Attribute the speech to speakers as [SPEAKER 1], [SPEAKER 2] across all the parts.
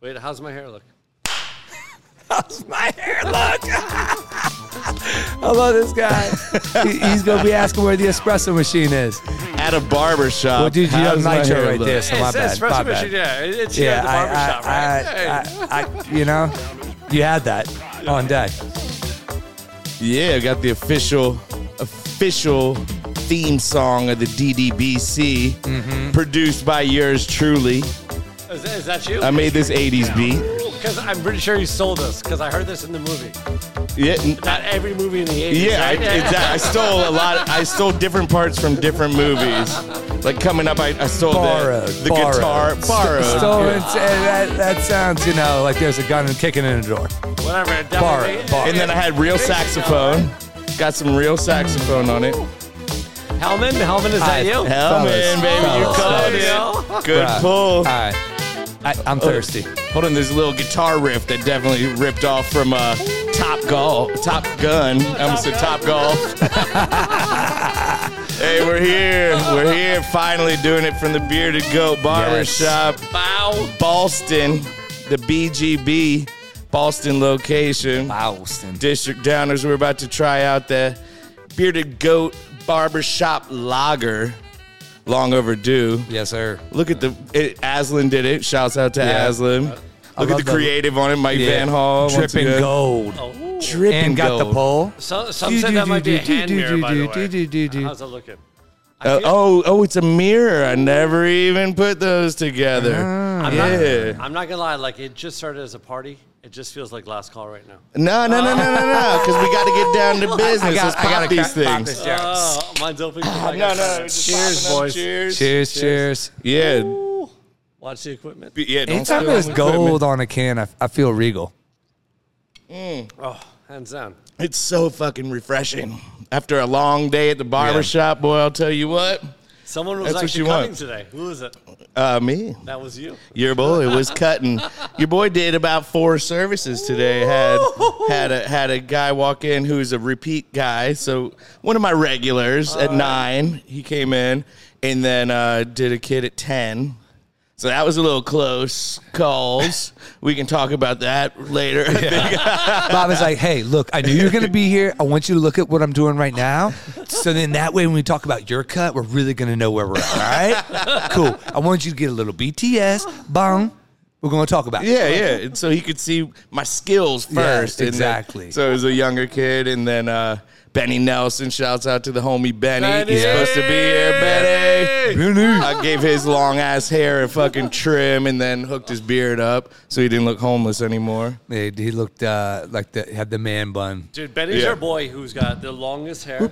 [SPEAKER 1] Wait, how's my hair look?
[SPEAKER 2] How's my hair look? I love this guy. He- He's gonna be asking where the espresso machine is.
[SPEAKER 3] At a barber shop.
[SPEAKER 2] Well, dude, you
[SPEAKER 3] How
[SPEAKER 2] have
[SPEAKER 3] does my
[SPEAKER 2] nitro
[SPEAKER 3] hair
[SPEAKER 2] right
[SPEAKER 3] look?
[SPEAKER 2] there, so my
[SPEAKER 1] It's- it's
[SPEAKER 2] bad.
[SPEAKER 1] espresso
[SPEAKER 2] My
[SPEAKER 1] machine,
[SPEAKER 2] bad.
[SPEAKER 1] yeah. It- It's yeah,
[SPEAKER 2] Yeah,
[SPEAKER 1] the barbershop, right?
[SPEAKER 2] I, I, I, I, you know, you had that on deck.
[SPEAKER 3] Yeah, got the official official theme song of the DDBC,
[SPEAKER 2] Mm-hmm.
[SPEAKER 3] produced by yours truly.
[SPEAKER 1] Hey, is, is that you?
[SPEAKER 3] I made this '80s beat.
[SPEAKER 1] Because I'm pretty sure you sold this because I heard this in the movie.
[SPEAKER 3] Yeah, n-
[SPEAKER 1] Not every movie in the 80s.
[SPEAKER 3] yeah, I,
[SPEAKER 1] right?
[SPEAKER 3] exactly. I stole a lot. I stole different parts from different movies. Like coming up, I, I stole
[SPEAKER 2] Borrowed,
[SPEAKER 3] the, the
[SPEAKER 2] borrowed.
[SPEAKER 3] guitar. Borrowed.
[SPEAKER 2] Stolen. That, that sounds, you know, like there's a gun and kicking in a door.
[SPEAKER 1] Whatever. it definitely-
[SPEAKER 2] Bar, bar.
[SPEAKER 3] And then I had real
[SPEAKER 1] Basically,
[SPEAKER 3] saxophone. Got some real saxophone on it.
[SPEAKER 1] Hellman, Hellman, is that you?
[SPEAKER 3] Hell, man, baby, you
[SPEAKER 2] fellas,
[SPEAKER 3] called it. Oh.
[SPEAKER 1] Hell yeah.
[SPEAKER 3] Good
[SPEAKER 2] Bruh.
[SPEAKER 3] pull.
[SPEAKER 2] All right, I, I'm thirsty.
[SPEAKER 3] Hold on, there's a little guitar riff that definitely ripped off from uh, Top Golf, Top Gun. I almost said Top Golf. hey, we're here. We're here, finally doing it from the Beer to Go Barbershop,
[SPEAKER 1] Bow.
[SPEAKER 3] Boston, the BGB, Boston location.
[SPEAKER 2] Boston.
[SPEAKER 3] District Downers, we're about to try out the Bearded Goat Barbershop Lager. Long overdue.
[SPEAKER 2] Yes, sir.
[SPEAKER 3] Look at the it, Aslan did it. Shouts out to
[SPEAKER 2] Yeah.
[SPEAKER 3] Aslan. Look at
[SPEAKER 2] love
[SPEAKER 3] the
[SPEAKER 2] the-
[SPEAKER 3] creative on it, Mike Van Hall. once
[SPEAKER 2] dripping
[SPEAKER 3] again.
[SPEAKER 2] gold.
[SPEAKER 1] Oh.
[SPEAKER 3] Dripping
[SPEAKER 2] and got the
[SPEAKER 3] gold.
[SPEAKER 2] pole.
[SPEAKER 1] So, some said that might be a hand mirror, by the way. How's
[SPEAKER 2] way.
[SPEAKER 1] it looking?
[SPEAKER 3] Uh, oh, oh, it's a mirror. I never even put those together.
[SPEAKER 1] I'm
[SPEAKER 3] yeah.
[SPEAKER 1] not, I'm not gonna lie. Like it just started as a party. It just feels like last call right now.
[SPEAKER 3] No, no, no, no, no, no. Because we got to get down to business. Let's pop these things.
[SPEAKER 1] Oh, mine's open.
[SPEAKER 3] Ah, No, no. just
[SPEAKER 1] Cheers,
[SPEAKER 3] popping up.
[SPEAKER 1] boys.
[SPEAKER 3] Cheers.
[SPEAKER 2] Cheers, cheers.
[SPEAKER 3] Yeah.
[SPEAKER 1] Watch the equipment.
[SPEAKER 3] Be- Yeah. Don't
[SPEAKER 2] Anytime
[SPEAKER 3] steal
[SPEAKER 2] there's
[SPEAKER 3] my
[SPEAKER 2] gold
[SPEAKER 3] equipment.
[SPEAKER 2] on a can, I, I feel regal.
[SPEAKER 1] Oh, hands down.
[SPEAKER 3] It's so fucking refreshing. After a long day at the barbershop, boy, I'll tell you what.
[SPEAKER 1] Someone was
[SPEAKER 3] That's what
[SPEAKER 1] actually
[SPEAKER 3] you
[SPEAKER 1] cutting
[SPEAKER 3] want.
[SPEAKER 1] today. Who was it?
[SPEAKER 3] Uh, me.
[SPEAKER 1] That was you.
[SPEAKER 3] Your boy was cutting. Your boy did about four services today. Had had a had a guy walk in who's a repeat guy. So one of my regulars at nine, he came in, and then uh, did a kid at ten. So that was a little close calls. we can talk about that later. I think.
[SPEAKER 2] Bob is like, hey, look, I knew you were going to be here. I want you to look at what I'm doing right now. So then that way, when we talk about your cut, we're really going to know where we're at. All right? Cool. I want you to get a little BTS. Bong. We're going to talk about it.
[SPEAKER 3] Yeah, yeah. And so he could see my skills
[SPEAKER 2] Yeah,
[SPEAKER 3] first. and then-
[SPEAKER 2] exactly.
[SPEAKER 3] so he was a younger kid, and then uh, Benny Nelson. Shouts out to the homie Benny.
[SPEAKER 1] Benny!
[SPEAKER 3] He's supposed to be here, Benny.
[SPEAKER 2] Benny!
[SPEAKER 3] I gave his long ass hair a fucking trim, and then hooked his beard up so he didn't look homeless anymore.
[SPEAKER 2] He, he looked uh, like the had the man bun.
[SPEAKER 1] Dude, Benny's
[SPEAKER 3] Yeah.
[SPEAKER 1] our boy who's got the longest hair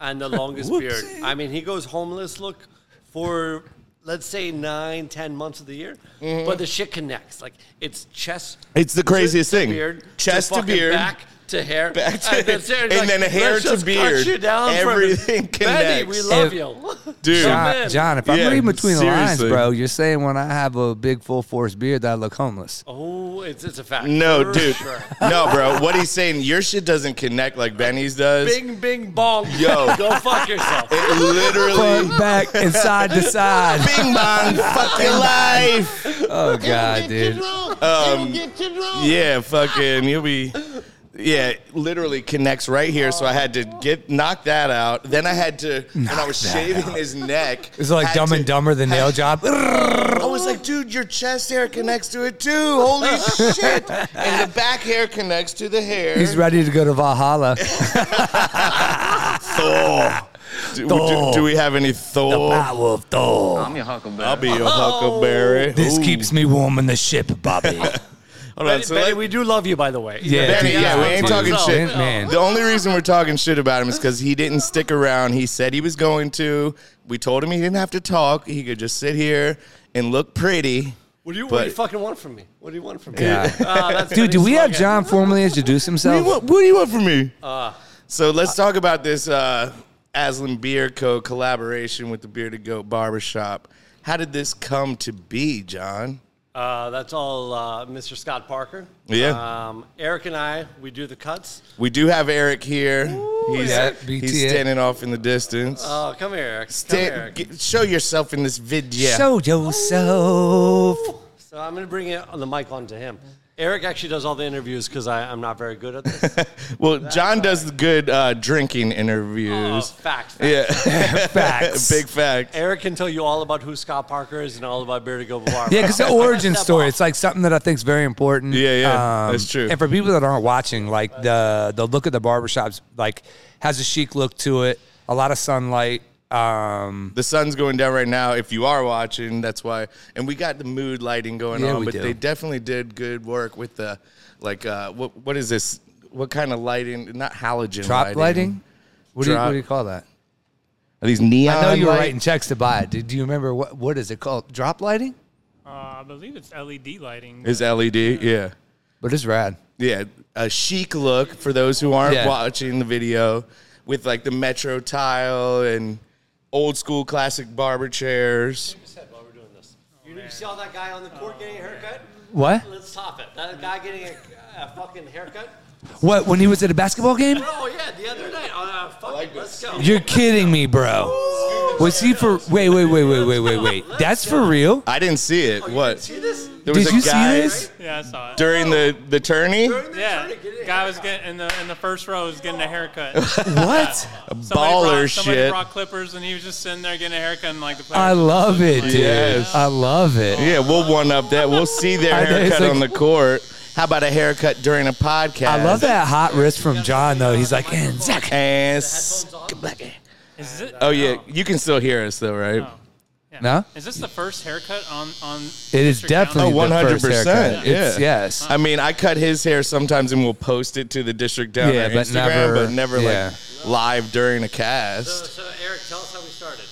[SPEAKER 1] and the longest beard. I mean, he goes homeless look for let's say nine, ten months of the year, but the shit connects. Like it's chest.
[SPEAKER 3] It's the
[SPEAKER 1] to-
[SPEAKER 3] craziest
[SPEAKER 1] to
[SPEAKER 3] thing.
[SPEAKER 1] beard,
[SPEAKER 3] Chest to
[SPEAKER 1] fucking
[SPEAKER 3] beard.
[SPEAKER 1] back to hair,
[SPEAKER 3] Back to-
[SPEAKER 1] and, that's it.
[SPEAKER 3] and
[SPEAKER 1] Like,
[SPEAKER 3] then a hair
[SPEAKER 1] let's
[SPEAKER 3] to
[SPEAKER 1] just
[SPEAKER 3] beard.
[SPEAKER 1] Cut you down from it.
[SPEAKER 3] Everything
[SPEAKER 1] Benny, we
[SPEAKER 3] connects.
[SPEAKER 1] love
[SPEAKER 2] If-
[SPEAKER 1] you,
[SPEAKER 3] Dude.
[SPEAKER 1] My
[SPEAKER 2] John,
[SPEAKER 1] man.
[SPEAKER 2] John, if I'm
[SPEAKER 3] Yeah,
[SPEAKER 2] reading between the lines,
[SPEAKER 3] seriously.
[SPEAKER 2] bro, you're saying when I have a big full force beard that I look homeless.
[SPEAKER 1] Oh, it's it's a fact.
[SPEAKER 3] No,
[SPEAKER 1] For
[SPEAKER 3] dude.
[SPEAKER 1] sure.
[SPEAKER 3] No, bro. What he's saying, your shit doesn't connect like Benny's does.
[SPEAKER 1] Bing, bing, bong.
[SPEAKER 3] Yo.
[SPEAKER 1] go fuck yourself.
[SPEAKER 3] It literally.
[SPEAKER 2] Front, back, and side to side.
[SPEAKER 3] Bing bong, fuck your life.
[SPEAKER 2] Oh god, dude. Um,
[SPEAKER 3] Yeah, fucking, you'll be. Yeah, it literally connects right here. So I had to get knock that out. Then I had to when I was shaving his neck.
[SPEAKER 2] It's like
[SPEAKER 3] had
[SPEAKER 2] Dumb
[SPEAKER 3] to-
[SPEAKER 2] and Dumber, the nail job.
[SPEAKER 3] I was like, dude, your chest hair connects to it too. Holy shit! And the back hair connects to the hair.
[SPEAKER 2] He's ready to go to Valhalla.
[SPEAKER 3] Thor. Do, do, do we have any Thor?
[SPEAKER 2] of Thor.
[SPEAKER 4] I'm your Huckleberry.
[SPEAKER 3] I'll be your huckleberry.
[SPEAKER 2] This
[SPEAKER 3] Ooh.
[SPEAKER 2] keeps me warm in the ship, Bobby.
[SPEAKER 3] Hold on,
[SPEAKER 1] Benny,
[SPEAKER 3] so
[SPEAKER 1] Benny,
[SPEAKER 3] let-
[SPEAKER 1] we do love you, by the way.
[SPEAKER 3] Benny,
[SPEAKER 2] dude,
[SPEAKER 3] yeah, we ain't talking
[SPEAKER 2] dude,
[SPEAKER 3] shit.
[SPEAKER 2] Man.
[SPEAKER 3] The only reason we're talking shit about him is because he didn't stick around. He said he was going to. We told him he didn't have to talk. He could just sit here and look pretty.
[SPEAKER 1] What do you, what do you
[SPEAKER 3] But-
[SPEAKER 1] fucking want from me? What do you want from me?
[SPEAKER 2] Yeah.
[SPEAKER 1] Ah, that's
[SPEAKER 2] Dude, do
[SPEAKER 1] Benny's
[SPEAKER 2] we have
[SPEAKER 1] slogan.
[SPEAKER 2] John formally introduce
[SPEAKER 3] What do you
[SPEAKER 2] himself?
[SPEAKER 3] want, what do you want from me?
[SPEAKER 1] Uh.
[SPEAKER 3] so let's talk about this uh, Aslan Beer Co. collaboration with the Bearded Goat Barbershop. How did this come to be, John?
[SPEAKER 1] Uh, that's all, uh, Mr. Scott Parker.
[SPEAKER 3] Yeah.
[SPEAKER 1] Um, Eric and I, we do the cuts.
[SPEAKER 3] We do have Eric here. he's,
[SPEAKER 2] yeah,
[SPEAKER 3] he's
[SPEAKER 2] BTA.
[SPEAKER 3] standing off in the distance.
[SPEAKER 1] Oh, come here, Eric. Come
[SPEAKER 3] Sta-
[SPEAKER 1] here. Eric.
[SPEAKER 3] get- show yourself in this vid. Yeah.
[SPEAKER 2] Show yourself.
[SPEAKER 1] So I'm going to bring it on the mic on to him. Eric actually does all the interviews because I'm not very good at this.
[SPEAKER 3] Well, John does good uh, drinking
[SPEAKER 1] Oh,
[SPEAKER 3] interviews.
[SPEAKER 1] fact, fact.
[SPEAKER 3] yeah,
[SPEAKER 2] Facts.
[SPEAKER 3] big fact.
[SPEAKER 1] Eric can tell you all about who Scott Parker is and all about Beer to Go Bar.
[SPEAKER 2] Yeah, because the
[SPEAKER 1] I'm gonna
[SPEAKER 2] origin
[SPEAKER 1] step
[SPEAKER 2] story,
[SPEAKER 1] off.
[SPEAKER 2] it's like something that I think is very important. Um,
[SPEAKER 3] Yeah, yeah, that's true.
[SPEAKER 2] And for people that aren't watching, like the the look of the barbershops, like has a chic look to it, a lot of sunlight. Um,
[SPEAKER 3] The sun's going down right now. If you are watching, that's why. And we got the mood lighting going
[SPEAKER 2] Yeah,
[SPEAKER 3] on,
[SPEAKER 2] we
[SPEAKER 3] but
[SPEAKER 2] do.
[SPEAKER 3] they definitely did good work with the like. Uh, what what is this? What kind of lighting? Not halogen
[SPEAKER 2] drop lighting. What, Do you,
[SPEAKER 3] Drop-
[SPEAKER 2] what do you call that?
[SPEAKER 3] Are these neon?
[SPEAKER 2] I know you were
[SPEAKER 3] light-
[SPEAKER 2] writing checks to buy it. Do, do you remember what what is it called? Drop lighting?
[SPEAKER 4] Uh, I believe it's LED lighting.
[SPEAKER 3] Is LED? Yeah,
[SPEAKER 2] But it's rad.
[SPEAKER 3] yeah. A chic look for those who aren't
[SPEAKER 2] Yeah.
[SPEAKER 3] watching the video, with like the metro tile and old school classic barber chairs.
[SPEAKER 1] You said while we're doing this. You, you see all that guy on the court getting a haircut?
[SPEAKER 2] What?
[SPEAKER 1] Let's top it. That guy getting a, a fucking haircut?
[SPEAKER 2] What? When he was at a basketball game?
[SPEAKER 1] Oh, yeah, the other night. On a fucking,
[SPEAKER 3] like
[SPEAKER 1] let's
[SPEAKER 3] this.
[SPEAKER 1] go.
[SPEAKER 2] You're kidding me, bro. Was he for? Wait, wait, wait, wait, wait, wait, wait. That's for real.
[SPEAKER 3] I didn't see it.
[SPEAKER 1] Oh, you
[SPEAKER 3] what?
[SPEAKER 1] didn't see this?
[SPEAKER 3] There
[SPEAKER 2] Did you see this?
[SPEAKER 4] Yeah, I saw it.
[SPEAKER 3] during the the tourney?
[SPEAKER 1] During the
[SPEAKER 4] yeah,
[SPEAKER 1] tourney, getting a
[SPEAKER 4] guy was
[SPEAKER 1] haircut.
[SPEAKER 4] getting in the in the first row was getting a haircut.
[SPEAKER 2] What?
[SPEAKER 4] Somebody
[SPEAKER 3] Baller
[SPEAKER 4] brought, somebody
[SPEAKER 3] shit.
[SPEAKER 4] brought clippers, and he was just sitting there getting a haircut. And like the players
[SPEAKER 2] I
[SPEAKER 4] were
[SPEAKER 2] love
[SPEAKER 4] just
[SPEAKER 2] it,
[SPEAKER 4] like-
[SPEAKER 2] dude.
[SPEAKER 3] Yes.
[SPEAKER 2] I love it.
[SPEAKER 3] Yeah, we'll one up that. We'll see their
[SPEAKER 2] I know, it's
[SPEAKER 3] haircut
[SPEAKER 2] like-
[SPEAKER 3] on the court. How about a haircut during a podcast?
[SPEAKER 2] I love that hot wrist from John though. He's like, and Zach.
[SPEAKER 3] And
[SPEAKER 4] Is it,
[SPEAKER 3] oh yeah, you can still hear us though, right?
[SPEAKER 4] Oh. yeah.
[SPEAKER 2] No?
[SPEAKER 4] Is this the first haircut on on?
[SPEAKER 2] It is definitely
[SPEAKER 3] Oh,
[SPEAKER 2] the first
[SPEAKER 3] 100%,
[SPEAKER 2] haircut. It's,
[SPEAKER 3] yeah.
[SPEAKER 2] yes.
[SPEAKER 3] I mean, I cut his hair sometimes, and we'll post it to the district down
[SPEAKER 2] Yeah,
[SPEAKER 3] our
[SPEAKER 2] but
[SPEAKER 3] Instagram,
[SPEAKER 2] never-
[SPEAKER 3] but never
[SPEAKER 2] yeah.
[SPEAKER 3] like live during a
[SPEAKER 1] So,
[SPEAKER 3] cast.
[SPEAKER 1] so, Eric, tell us how we started.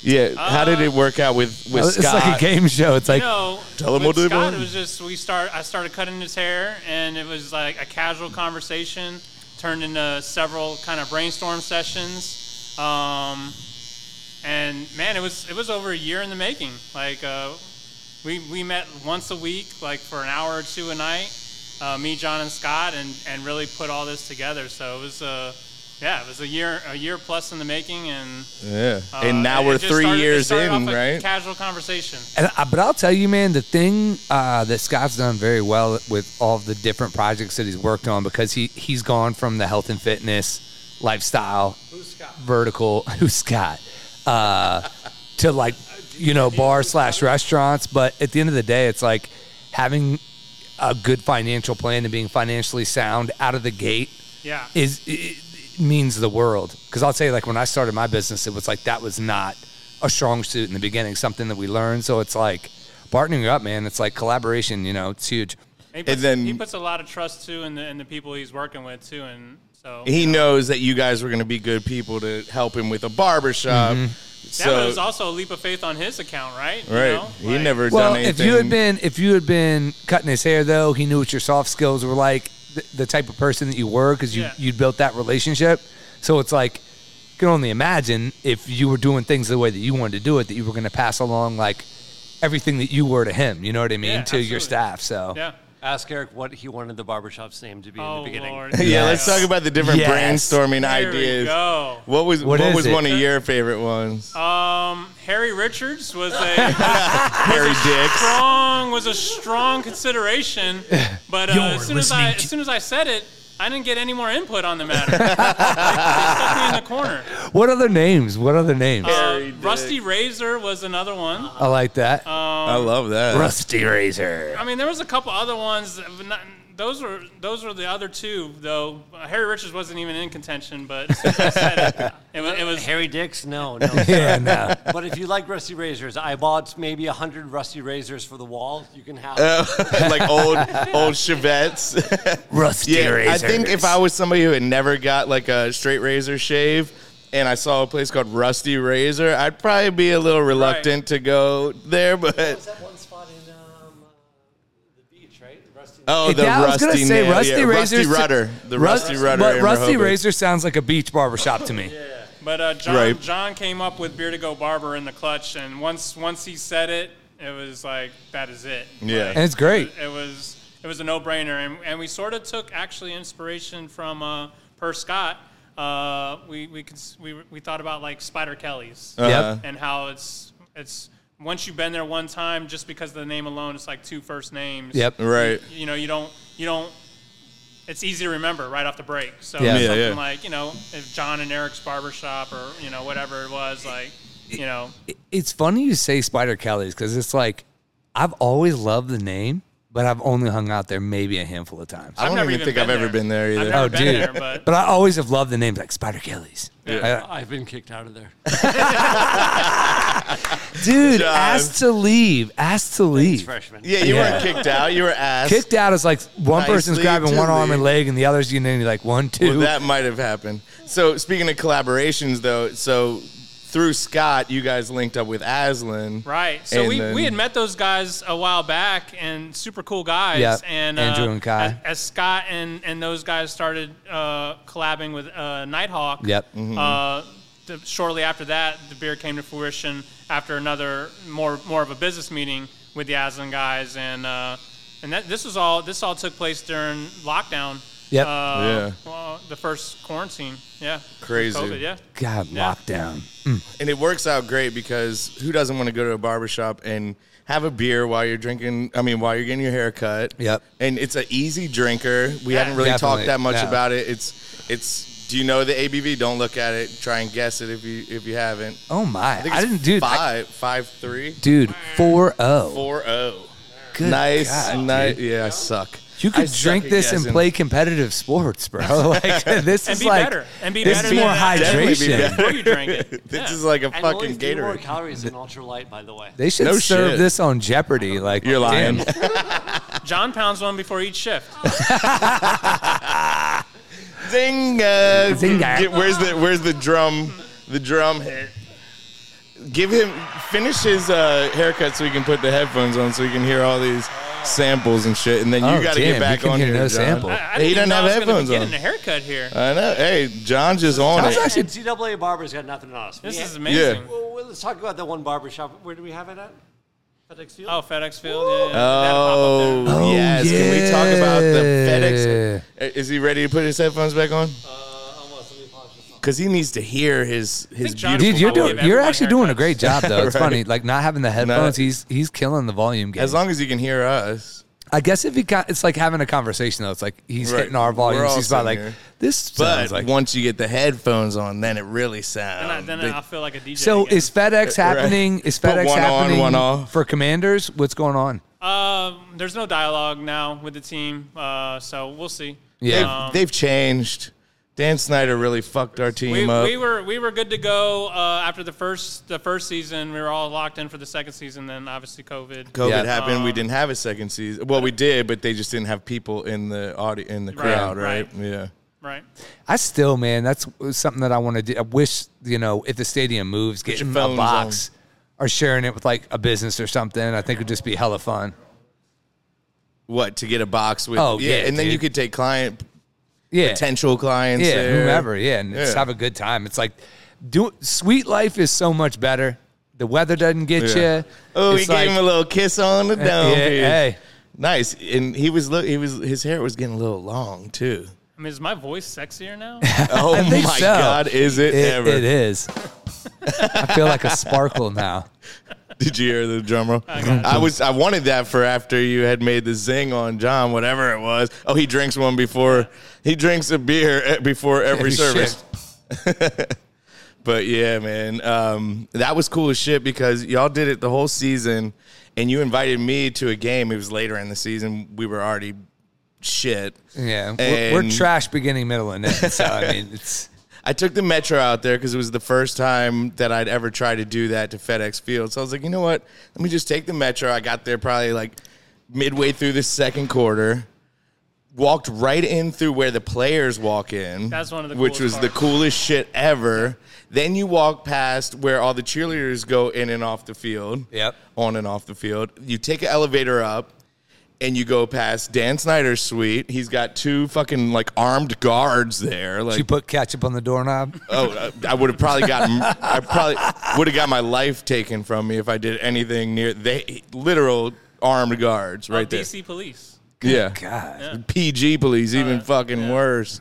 [SPEAKER 3] Yeah, how did it work out with with
[SPEAKER 2] Oh, It's
[SPEAKER 3] Scott?
[SPEAKER 2] like a game show. It's like,
[SPEAKER 4] No,
[SPEAKER 3] Tell him what
[SPEAKER 4] with
[SPEAKER 3] they
[SPEAKER 4] Scott,
[SPEAKER 3] want.
[SPEAKER 4] it was just we start. I started cutting his hair, and it was like a casual conversation turned into several kind of brainstorm sessions. Um, and man, it was it was over a year in the making. Like uh, we we met once a week, like for an hour or two a night. Uh, me, John, and Scott, and and really put all this together. So it was uh, yeah, it was a year a year plus in the making, and
[SPEAKER 3] Yeah,
[SPEAKER 4] uh,
[SPEAKER 3] and now
[SPEAKER 4] it-
[SPEAKER 3] we're
[SPEAKER 4] it just
[SPEAKER 3] three
[SPEAKER 4] started- it
[SPEAKER 3] years
[SPEAKER 4] started
[SPEAKER 3] in,
[SPEAKER 4] off a
[SPEAKER 3] right?
[SPEAKER 4] Casual conversation.
[SPEAKER 2] And I, but I'll tell you, man, the thing uh, that Scott's done very well with all of the different projects that he's worked on because he he's gone from the health and fitness lifestyle
[SPEAKER 1] Who's Scott?
[SPEAKER 2] vertical. Who's Scott? Uh, to like you know bar slash restaurants. But at the end of the day, it's like having a good financial plan and being financially sound out of the gate
[SPEAKER 4] Yeah.
[SPEAKER 2] is it, it means the world. Because I'll tell you, like when I started my business, it was like that was not a strong suit in the beginning. Something that we learned. So it's like partnering up, man. It's like collaboration. You know, it's huge.
[SPEAKER 4] He puts,
[SPEAKER 3] then-
[SPEAKER 4] he puts a lot of trust too in the in the people he's working with too, and so
[SPEAKER 3] he knows that you guys were going to be good people to help him with a barbershop.
[SPEAKER 4] that
[SPEAKER 3] So,
[SPEAKER 4] was also a leap of faith on his account, right? You
[SPEAKER 3] right,
[SPEAKER 4] know?
[SPEAKER 3] he
[SPEAKER 4] Like,
[SPEAKER 3] never
[SPEAKER 2] Well,
[SPEAKER 3] done
[SPEAKER 2] if
[SPEAKER 3] anything.
[SPEAKER 2] you had been if you had been cutting his hair though, he knew what your soft skills were like, the, the type of person that you were, because you
[SPEAKER 4] Yeah.
[SPEAKER 2] you built that relationship. So it's like you can only imagine if you were doing things the way that you wanted to do it, that you were going to pass along like everything that you were to him. You know what I mean
[SPEAKER 4] Yeah,
[SPEAKER 2] to your
[SPEAKER 4] absolutely.
[SPEAKER 2] staff. So
[SPEAKER 4] Yeah.
[SPEAKER 1] Ask Eric what he wanted the barbershop's name to be in
[SPEAKER 4] Oh
[SPEAKER 1] the beginning.
[SPEAKER 4] Lord.
[SPEAKER 3] yeah, let's talk about the different
[SPEAKER 2] Yes.
[SPEAKER 3] brainstorming
[SPEAKER 4] There we
[SPEAKER 3] ideas.
[SPEAKER 4] go.
[SPEAKER 3] What was what,
[SPEAKER 2] What is
[SPEAKER 3] was
[SPEAKER 2] it?
[SPEAKER 3] one of your favorite ones?
[SPEAKER 4] Um, Harry Richards was a
[SPEAKER 3] Harry Dicks.
[SPEAKER 4] strong was a strong consideration, but uh, as soon as
[SPEAKER 2] listening
[SPEAKER 4] I
[SPEAKER 2] to-
[SPEAKER 4] as soon as I said it, I didn't get any more input on the matter. They stuck me in the corner.
[SPEAKER 2] What other names? What other names?
[SPEAKER 3] Harry
[SPEAKER 4] Uh, Rusty Razor was another one.
[SPEAKER 2] I like that.
[SPEAKER 3] I love that.
[SPEAKER 2] Rusty Razor.
[SPEAKER 4] I mean, there was a couple other ones. that were Not, those were those were the other two, though. Uh, Harry Richards wasn't even in contention, but as soon as I said it, it, wa- it was.
[SPEAKER 1] Harry Dix? No, no.
[SPEAKER 2] Yeah, no.
[SPEAKER 1] but if you like rusty razors, I bought maybe a hundred rusty razors for the wall. You can have.
[SPEAKER 3] Uh, like old old Chevettes.
[SPEAKER 2] Rusty
[SPEAKER 3] yeah, I think if I was somebody who had never got like a straight razor shave and I saw a place called Rusty Razor, I'd probably be a little reluctant to go there,
[SPEAKER 1] What's
[SPEAKER 3] but
[SPEAKER 1] that one spot in um, uh, the beach, right? Rusty.
[SPEAKER 3] oh, the
[SPEAKER 2] Yeah, I was
[SPEAKER 3] rusty
[SPEAKER 2] gonna say
[SPEAKER 3] nail.
[SPEAKER 2] Rusty
[SPEAKER 3] yeah,
[SPEAKER 2] Razor's-
[SPEAKER 3] Rusty Rudder, the Rusty Rudder,
[SPEAKER 2] But
[SPEAKER 3] in
[SPEAKER 2] Rusty
[SPEAKER 3] Rehoboth.
[SPEAKER 2] Razor sounds like a beach barbershop to me.
[SPEAKER 4] But uh, John
[SPEAKER 3] Right.
[SPEAKER 4] John came up with Beer to Go Barber in the clutch, and once once he said it, it was like that is it.
[SPEAKER 3] Yeah.
[SPEAKER 4] Like,
[SPEAKER 2] And it's great.
[SPEAKER 4] It was it was a no brainer, and, and we sort of took actually inspiration from uh, Per Scott. Uh, we we, cons- we we thought about like Spider Kelly's.
[SPEAKER 3] Uh-huh.
[SPEAKER 2] Yep.
[SPEAKER 4] and how it's it's once you've been there one time, just because of the name alone, it's like two first names.
[SPEAKER 2] Yep.
[SPEAKER 3] Right.
[SPEAKER 4] You know, you don't, you don't. It's easy to remember right off the break. So
[SPEAKER 2] Yeah.
[SPEAKER 4] it's
[SPEAKER 2] Yeah,
[SPEAKER 4] something
[SPEAKER 3] yeah.
[SPEAKER 4] like you know, if John and Eric's barbershop or you know whatever it was, like you know,
[SPEAKER 2] It's funny you say Spider Kelly's because it's like I've always loved the name, but I've only hung out there maybe a handful of times.
[SPEAKER 3] I don't
[SPEAKER 4] never
[SPEAKER 3] even think I've
[SPEAKER 4] been
[SPEAKER 3] ever been there
[SPEAKER 4] I've
[SPEAKER 3] either.
[SPEAKER 4] never
[SPEAKER 2] Oh,
[SPEAKER 4] been
[SPEAKER 2] dude.
[SPEAKER 4] there, but
[SPEAKER 2] But I always have loved the name like Spider Kelly's.
[SPEAKER 1] Uh, I've been kicked out of there.
[SPEAKER 2] Dude,
[SPEAKER 3] John.
[SPEAKER 2] asked to leave. Asked to
[SPEAKER 1] He's
[SPEAKER 2] leave.
[SPEAKER 1] freshman.
[SPEAKER 3] Yeah, you
[SPEAKER 2] Yeah.
[SPEAKER 3] weren't kicked out. You were asked.
[SPEAKER 2] Kicked out is like one
[SPEAKER 3] Nicely
[SPEAKER 2] person's grabbing
[SPEAKER 3] to
[SPEAKER 2] one arm
[SPEAKER 3] leave.
[SPEAKER 2] and leg, and the other's you know like one two.
[SPEAKER 3] Well, that might have happened. So speaking of collaborations, though, so through Scott, you guys linked up with Aslan.
[SPEAKER 4] Right. So
[SPEAKER 3] And
[SPEAKER 4] we,
[SPEAKER 3] then-
[SPEAKER 4] we had met those guys a while back and super cool guys.
[SPEAKER 2] Yeah,
[SPEAKER 4] And
[SPEAKER 2] Andrew and Kai.
[SPEAKER 4] As, as Scott and, and those guys started uh, collabing with uh, Nighthawk.
[SPEAKER 2] Yep. Mm-hmm.
[SPEAKER 4] Uh, the, shortly after that, the beer came to fruition after another more more of a business meeting with the Aslan guys and uh, and that this was all this all took place during lockdown.
[SPEAKER 2] Yep.
[SPEAKER 4] Uh,
[SPEAKER 3] Yeah.
[SPEAKER 4] Well, the first quarantine. Yeah.
[SPEAKER 3] Crazy.
[SPEAKER 4] COVID, yeah.
[SPEAKER 2] God,
[SPEAKER 4] Yeah.
[SPEAKER 2] lockdown.
[SPEAKER 3] And it works out great because who doesn't want to go to a barbershop and have a beer while you're drinking? I mean, while you're getting your hair cut.
[SPEAKER 2] Yep.
[SPEAKER 3] And it's an easy drinker. We
[SPEAKER 4] Yeah.
[SPEAKER 3] haven't really
[SPEAKER 2] Definitely,
[SPEAKER 3] talked that much
[SPEAKER 2] yeah.
[SPEAKER 3] about it. It's it's. Do you know the ABV? Don't look at it. Try and guess it if you if you haven't.
[SPEAKER 2] Oh my!
[SPEAKER 3] I
[SPEAKER 2] I,
[SPEAKER 3] think it's
[SPEAKER 2] didn't, dude. I-
[SPEAKER 3] Five, five, three,
[SPEAKER 2] dude, four zero.
[SPEAKER 3] four, oh.
[SPEAKER 2] Good
[SPEAKER 3] nice,
[SPEAKER 2] God,
[SPEAKER 3] nice. Yeah, I suck.
[SPEAKER 2] You could
[SPEAKER 3] I suck
[SPEAKER 2] drink
[SPEAKER 3] at
[SPEAKER 2] this and
[SPEAKER 3] guessing.
[SPEAKER 2] play competitive sports, bro. Like this
[SPEAKER 4] And
[SPEAKER 2] is
[SPEAKER 4] be
[SPEAKER 2] like
[SPEAKER 4] better. And be
[SPEAKER 2] this
[SPEAKER 4] better
[SPEAKER 2] is more
[SPEAKER 4] than that.
[SPEAKER 3] Definitely be
[SPEAKER 2] hydration.
[SPEAKER 3] better.
[SPEAKER 4] Before you drank it.
[SPEAKER 3] This
[SPEAKER 4] Yeah.
[SPEAKER 3] is like a
[SPEAKER 1] And
[SPEAKER 3] fucking
[SPEAKER 1] always need more
[SPEAKER 3] Gatorade.
[SPEAKER 1] calories in ultralight, by the way.
[SPEAKER 2] They should
[SPEAKER 3] No
[SPEAKER 2] serve
[SPEAKER 3] shit.
[SPEAKER 2] this on Jeopardy. Like
[SPEAKER 3] You're lying.
[SPEAKER 2] damn.
[SPEAKER 4] John pounds one before each shift.
[SPEAKER 3] Zinga.
[SPEAKER 2] Zinga.
[SPEAKER 3] Get- Where's the Where's the drum? The drum hit. Give him finish his uh, haircut so he can put the headphones on so he can hear all these samples and shit. And then you
[SPEAKER 2] Oh,
[SPEAKER 3] got to
[SPEAKER 2] damn,
[SPEAKER 3] get
[SPEAKER 2] he
[SPEAKER 3] back
[SPEAKER 2] can
[SPEAKER 3] on
[SPEAKER 2] hear
[SPEAKER 3] here,
[SPEAKER 2] no
[SPEAKER 3] John.
[SPEAKER 2] sample.
[SPEAKER 4] I, I
[SPEAKER 3] he doesn't
[SPEAKER 4] didn't even know
[SPEAKER 3] have
[SPEAKER 4] I was gonna be
[SPEAKER 3] headphones on.
[SPEAKER 4] getting a haircut here.
[SPEAKER 3] I know. Hey, John's just on
[SPEAKER 2] John's
[SPEAKER 3] it.
[SPEAKER 2] actually-
[SPEAKER 1] NCAA barbers got nothing on us.
[SPEAKER 4] This
[SPEAKER 1] We
[SPEAKER 4] is
[SPEAKER 1] ha-
[SPEAKER 4] amazing.
[SPEAKER 1] Well, well, let's talk about that one barbershop. Where do we have it at? FedEx Field?
[SPEAKER 4] Oh, FedEx Field. Yeah, yeah, yeah. That'll pop up
[SPEAKER 3] Oh,
[SPEAKER 4] there.
[SPEAKER 2] Oh,
[SPEAKER 3] yes. Can we talk about the
[SPEAKER 2] yeah.
[SPEAKER 3] FedEx? Is he ready to put his headphones back on?
[SPEAKER 1] Uh, almost. Let me pause this one.
[SPEAKER 3] Because he needs to hear his his
[SPEAKER 4] John-
[SPEAKER 3] beautiful.
[SPEAKER 2] Dude, you're
[SPEAKER 4] I'll
[SPEAKER 2] doing.
[SPEAKER 4] give
[SPEAKER 2] You're
[SPEAKER 4] everyone
[SPEAKER 2] actually doing a
[SPEAKER 4] haircuts.
[SPEAKER 2] great job, though. It's
[SPEAKER 3] Right.
[SPEAKER 2] funny, like not having the headphones. He's he's killing the volume game.
[SPEAKER 3] As long as he can hear us.
[SPEAKER 2] I guess if he got, it's like having a conversation though. It's like he's
[SPEAKER 3] Right.
[SPEAKER 2] hitting our
[SPEAKER 3] We're
[SPEAKER 2] volumes.
[SPEAKER 3] all
[SPEAKER 2] He's about like
[SPEAKER 3] sitting here.
[SPEAKER 2] this
[SPEAKER 3] But
[SPEAKER 2] sounds like.
[SPEAKER 3] once you get the headphones on, then it really
[SPEAKER 4] Then, I,
[SPEAKER 3] sounds.
[SPEAKER 4] then I'll feel like a DJ.
[SPEAKER 2] so
[SPEAKER 4] again.
[SPEAKER 2] is FedEx happening? Is
[SPEAKER 3] Put
[SPEAKER 2] FedEx
[SPEAKER 3] one on,
[SPEAKER 2] happening
[SPEAKER 3] one off.
[SPEAKER 2] for commanders? What's going on?
[SPEAKER 4] Um, there's no dialogue now with the team, uh, so we'll see.
[SPEAKER 2] Yeah.
[SPEAKER 3] they've,
[SPEAKER 4] Um,
[SPEAKER 3] they've changed. Dan Snyder really fucked our team
[SPEAKER 4] we,
[SPEAKER 3] up.
[SPEAKER 4] we were we were good to go uh, after the first the first season. We were all locked in for the second season. Then obviously COVID.
[SPEAKER 3] COVID
[SPEAKER 2] Yeah.
[SPEAKER 3] happened.
[SPEAKER 4] Um,
[SPEAKER 3] we didn't have a second season. Well, we did, but they just didn't have people in the audi- in the crowd, right?
[SPEAKER 4] right.
[SPEAKER 3] Yeah.
[SPEAKER 4] Right.
[SPEAKER 2] I still, man, that's something that I want to do. I wish, you know, if the stadium moves, getting a
[SPEAKER 3] phones
[SPEAKER 2] box or sharing it with like a business or something, I think would just be hella fun.
[SPEAKER 3] What to get a box with?
[SPEAKER 2] Oh, yeah,
[SPEAKER 3] and then
[SPEAKER 2] dude.
[SPEAKER 3] you could take client
[SPEAKER 2] Yeah.
[SPEAKER 3] potential clients,
[SPEAKER 2] yeah,
[SPEAKER 3] there.
[SPEAKER 2] whomever, yeah, and just
[SPEAKER 3] Yeah.
[SPEAKER 2] have a good time. It's like, do sweet life is so much better. The weather doesn't get
[SPEAKER 3] Yeah.
[SPEAKER 2] you.
[SPEAKER 3] Oh,
[SPEAKER 2] it's
[SPEAKER 3] he gave him a little kiss on the dome.
[SPEAKER 2] yeah,
[SPEAKER 3] dude.
[SPEAKER 2] hey.
[SPEAKER 3] Nice, and he was look. He was his hair was getting a little long too.
[SPEAKER 4] I mean, is my voice sexier now?
[SPEAKER 3] Oh my
[SPEAKER 2] think so.
[SPEAKER 3] god, is it,
[SPEAKER 2] It-
[SPEAKER 3] ever?
[SPEAKER 2] it is. I feel like a sparkle now.
[SPEAKER 3] Did you hear the drum roll? I was I wanted that for after you had made the zing on John, whatever it was. Oh, he drinks one before he drinks a beer eh, before every service. But yeah, man, um, that was cool as shit because y'all did it the whole season, and you invited me to a game. It was later in the season. We were already shit.
[SPEAKER 2] Yeah, we're, we're
[SPEAKER 3] And-
[SPEAKER 2] trash beginning, middle, and end. So I mean, it's
[SPEAKER 3] I took the metro out there because it was the first time that I'd ever tried to do that to FedEx Field. So I was like, you know what? Let me just take the metro. I got there probably like midway through the second quarter. Walked right in through where the players walk in.
[SPEAKER 4] That's one of the
[SPEAKER 3] which
[SPEAKER 4] coolest
[SPEAKER 3] was the
[SPEAKER 4] parts.
[SPEAKER 3] coolest shit ever. Then you walk past where all the cheerleaders go in and off the field.
[SPEAKER 2] Yep.
[SPEAKER 3] On and off the field. You take an elevator up and you go past Dan Snyder's suite. He's got two fucking like armed guards there. Like
[SPEAKER 2] you put ketchup on the doorknob.
[SPEAKER 3] Oh, uh, I would have probably gotten. I probably would have got my life taken from me if I did anything near. They literal armed guards right there.
[SPEAKER 4] DC police.
[SPEAKER 3] Yeah,
[SPEAKER 2] God,
[SPEAKER 3] PG police, even fucking worse.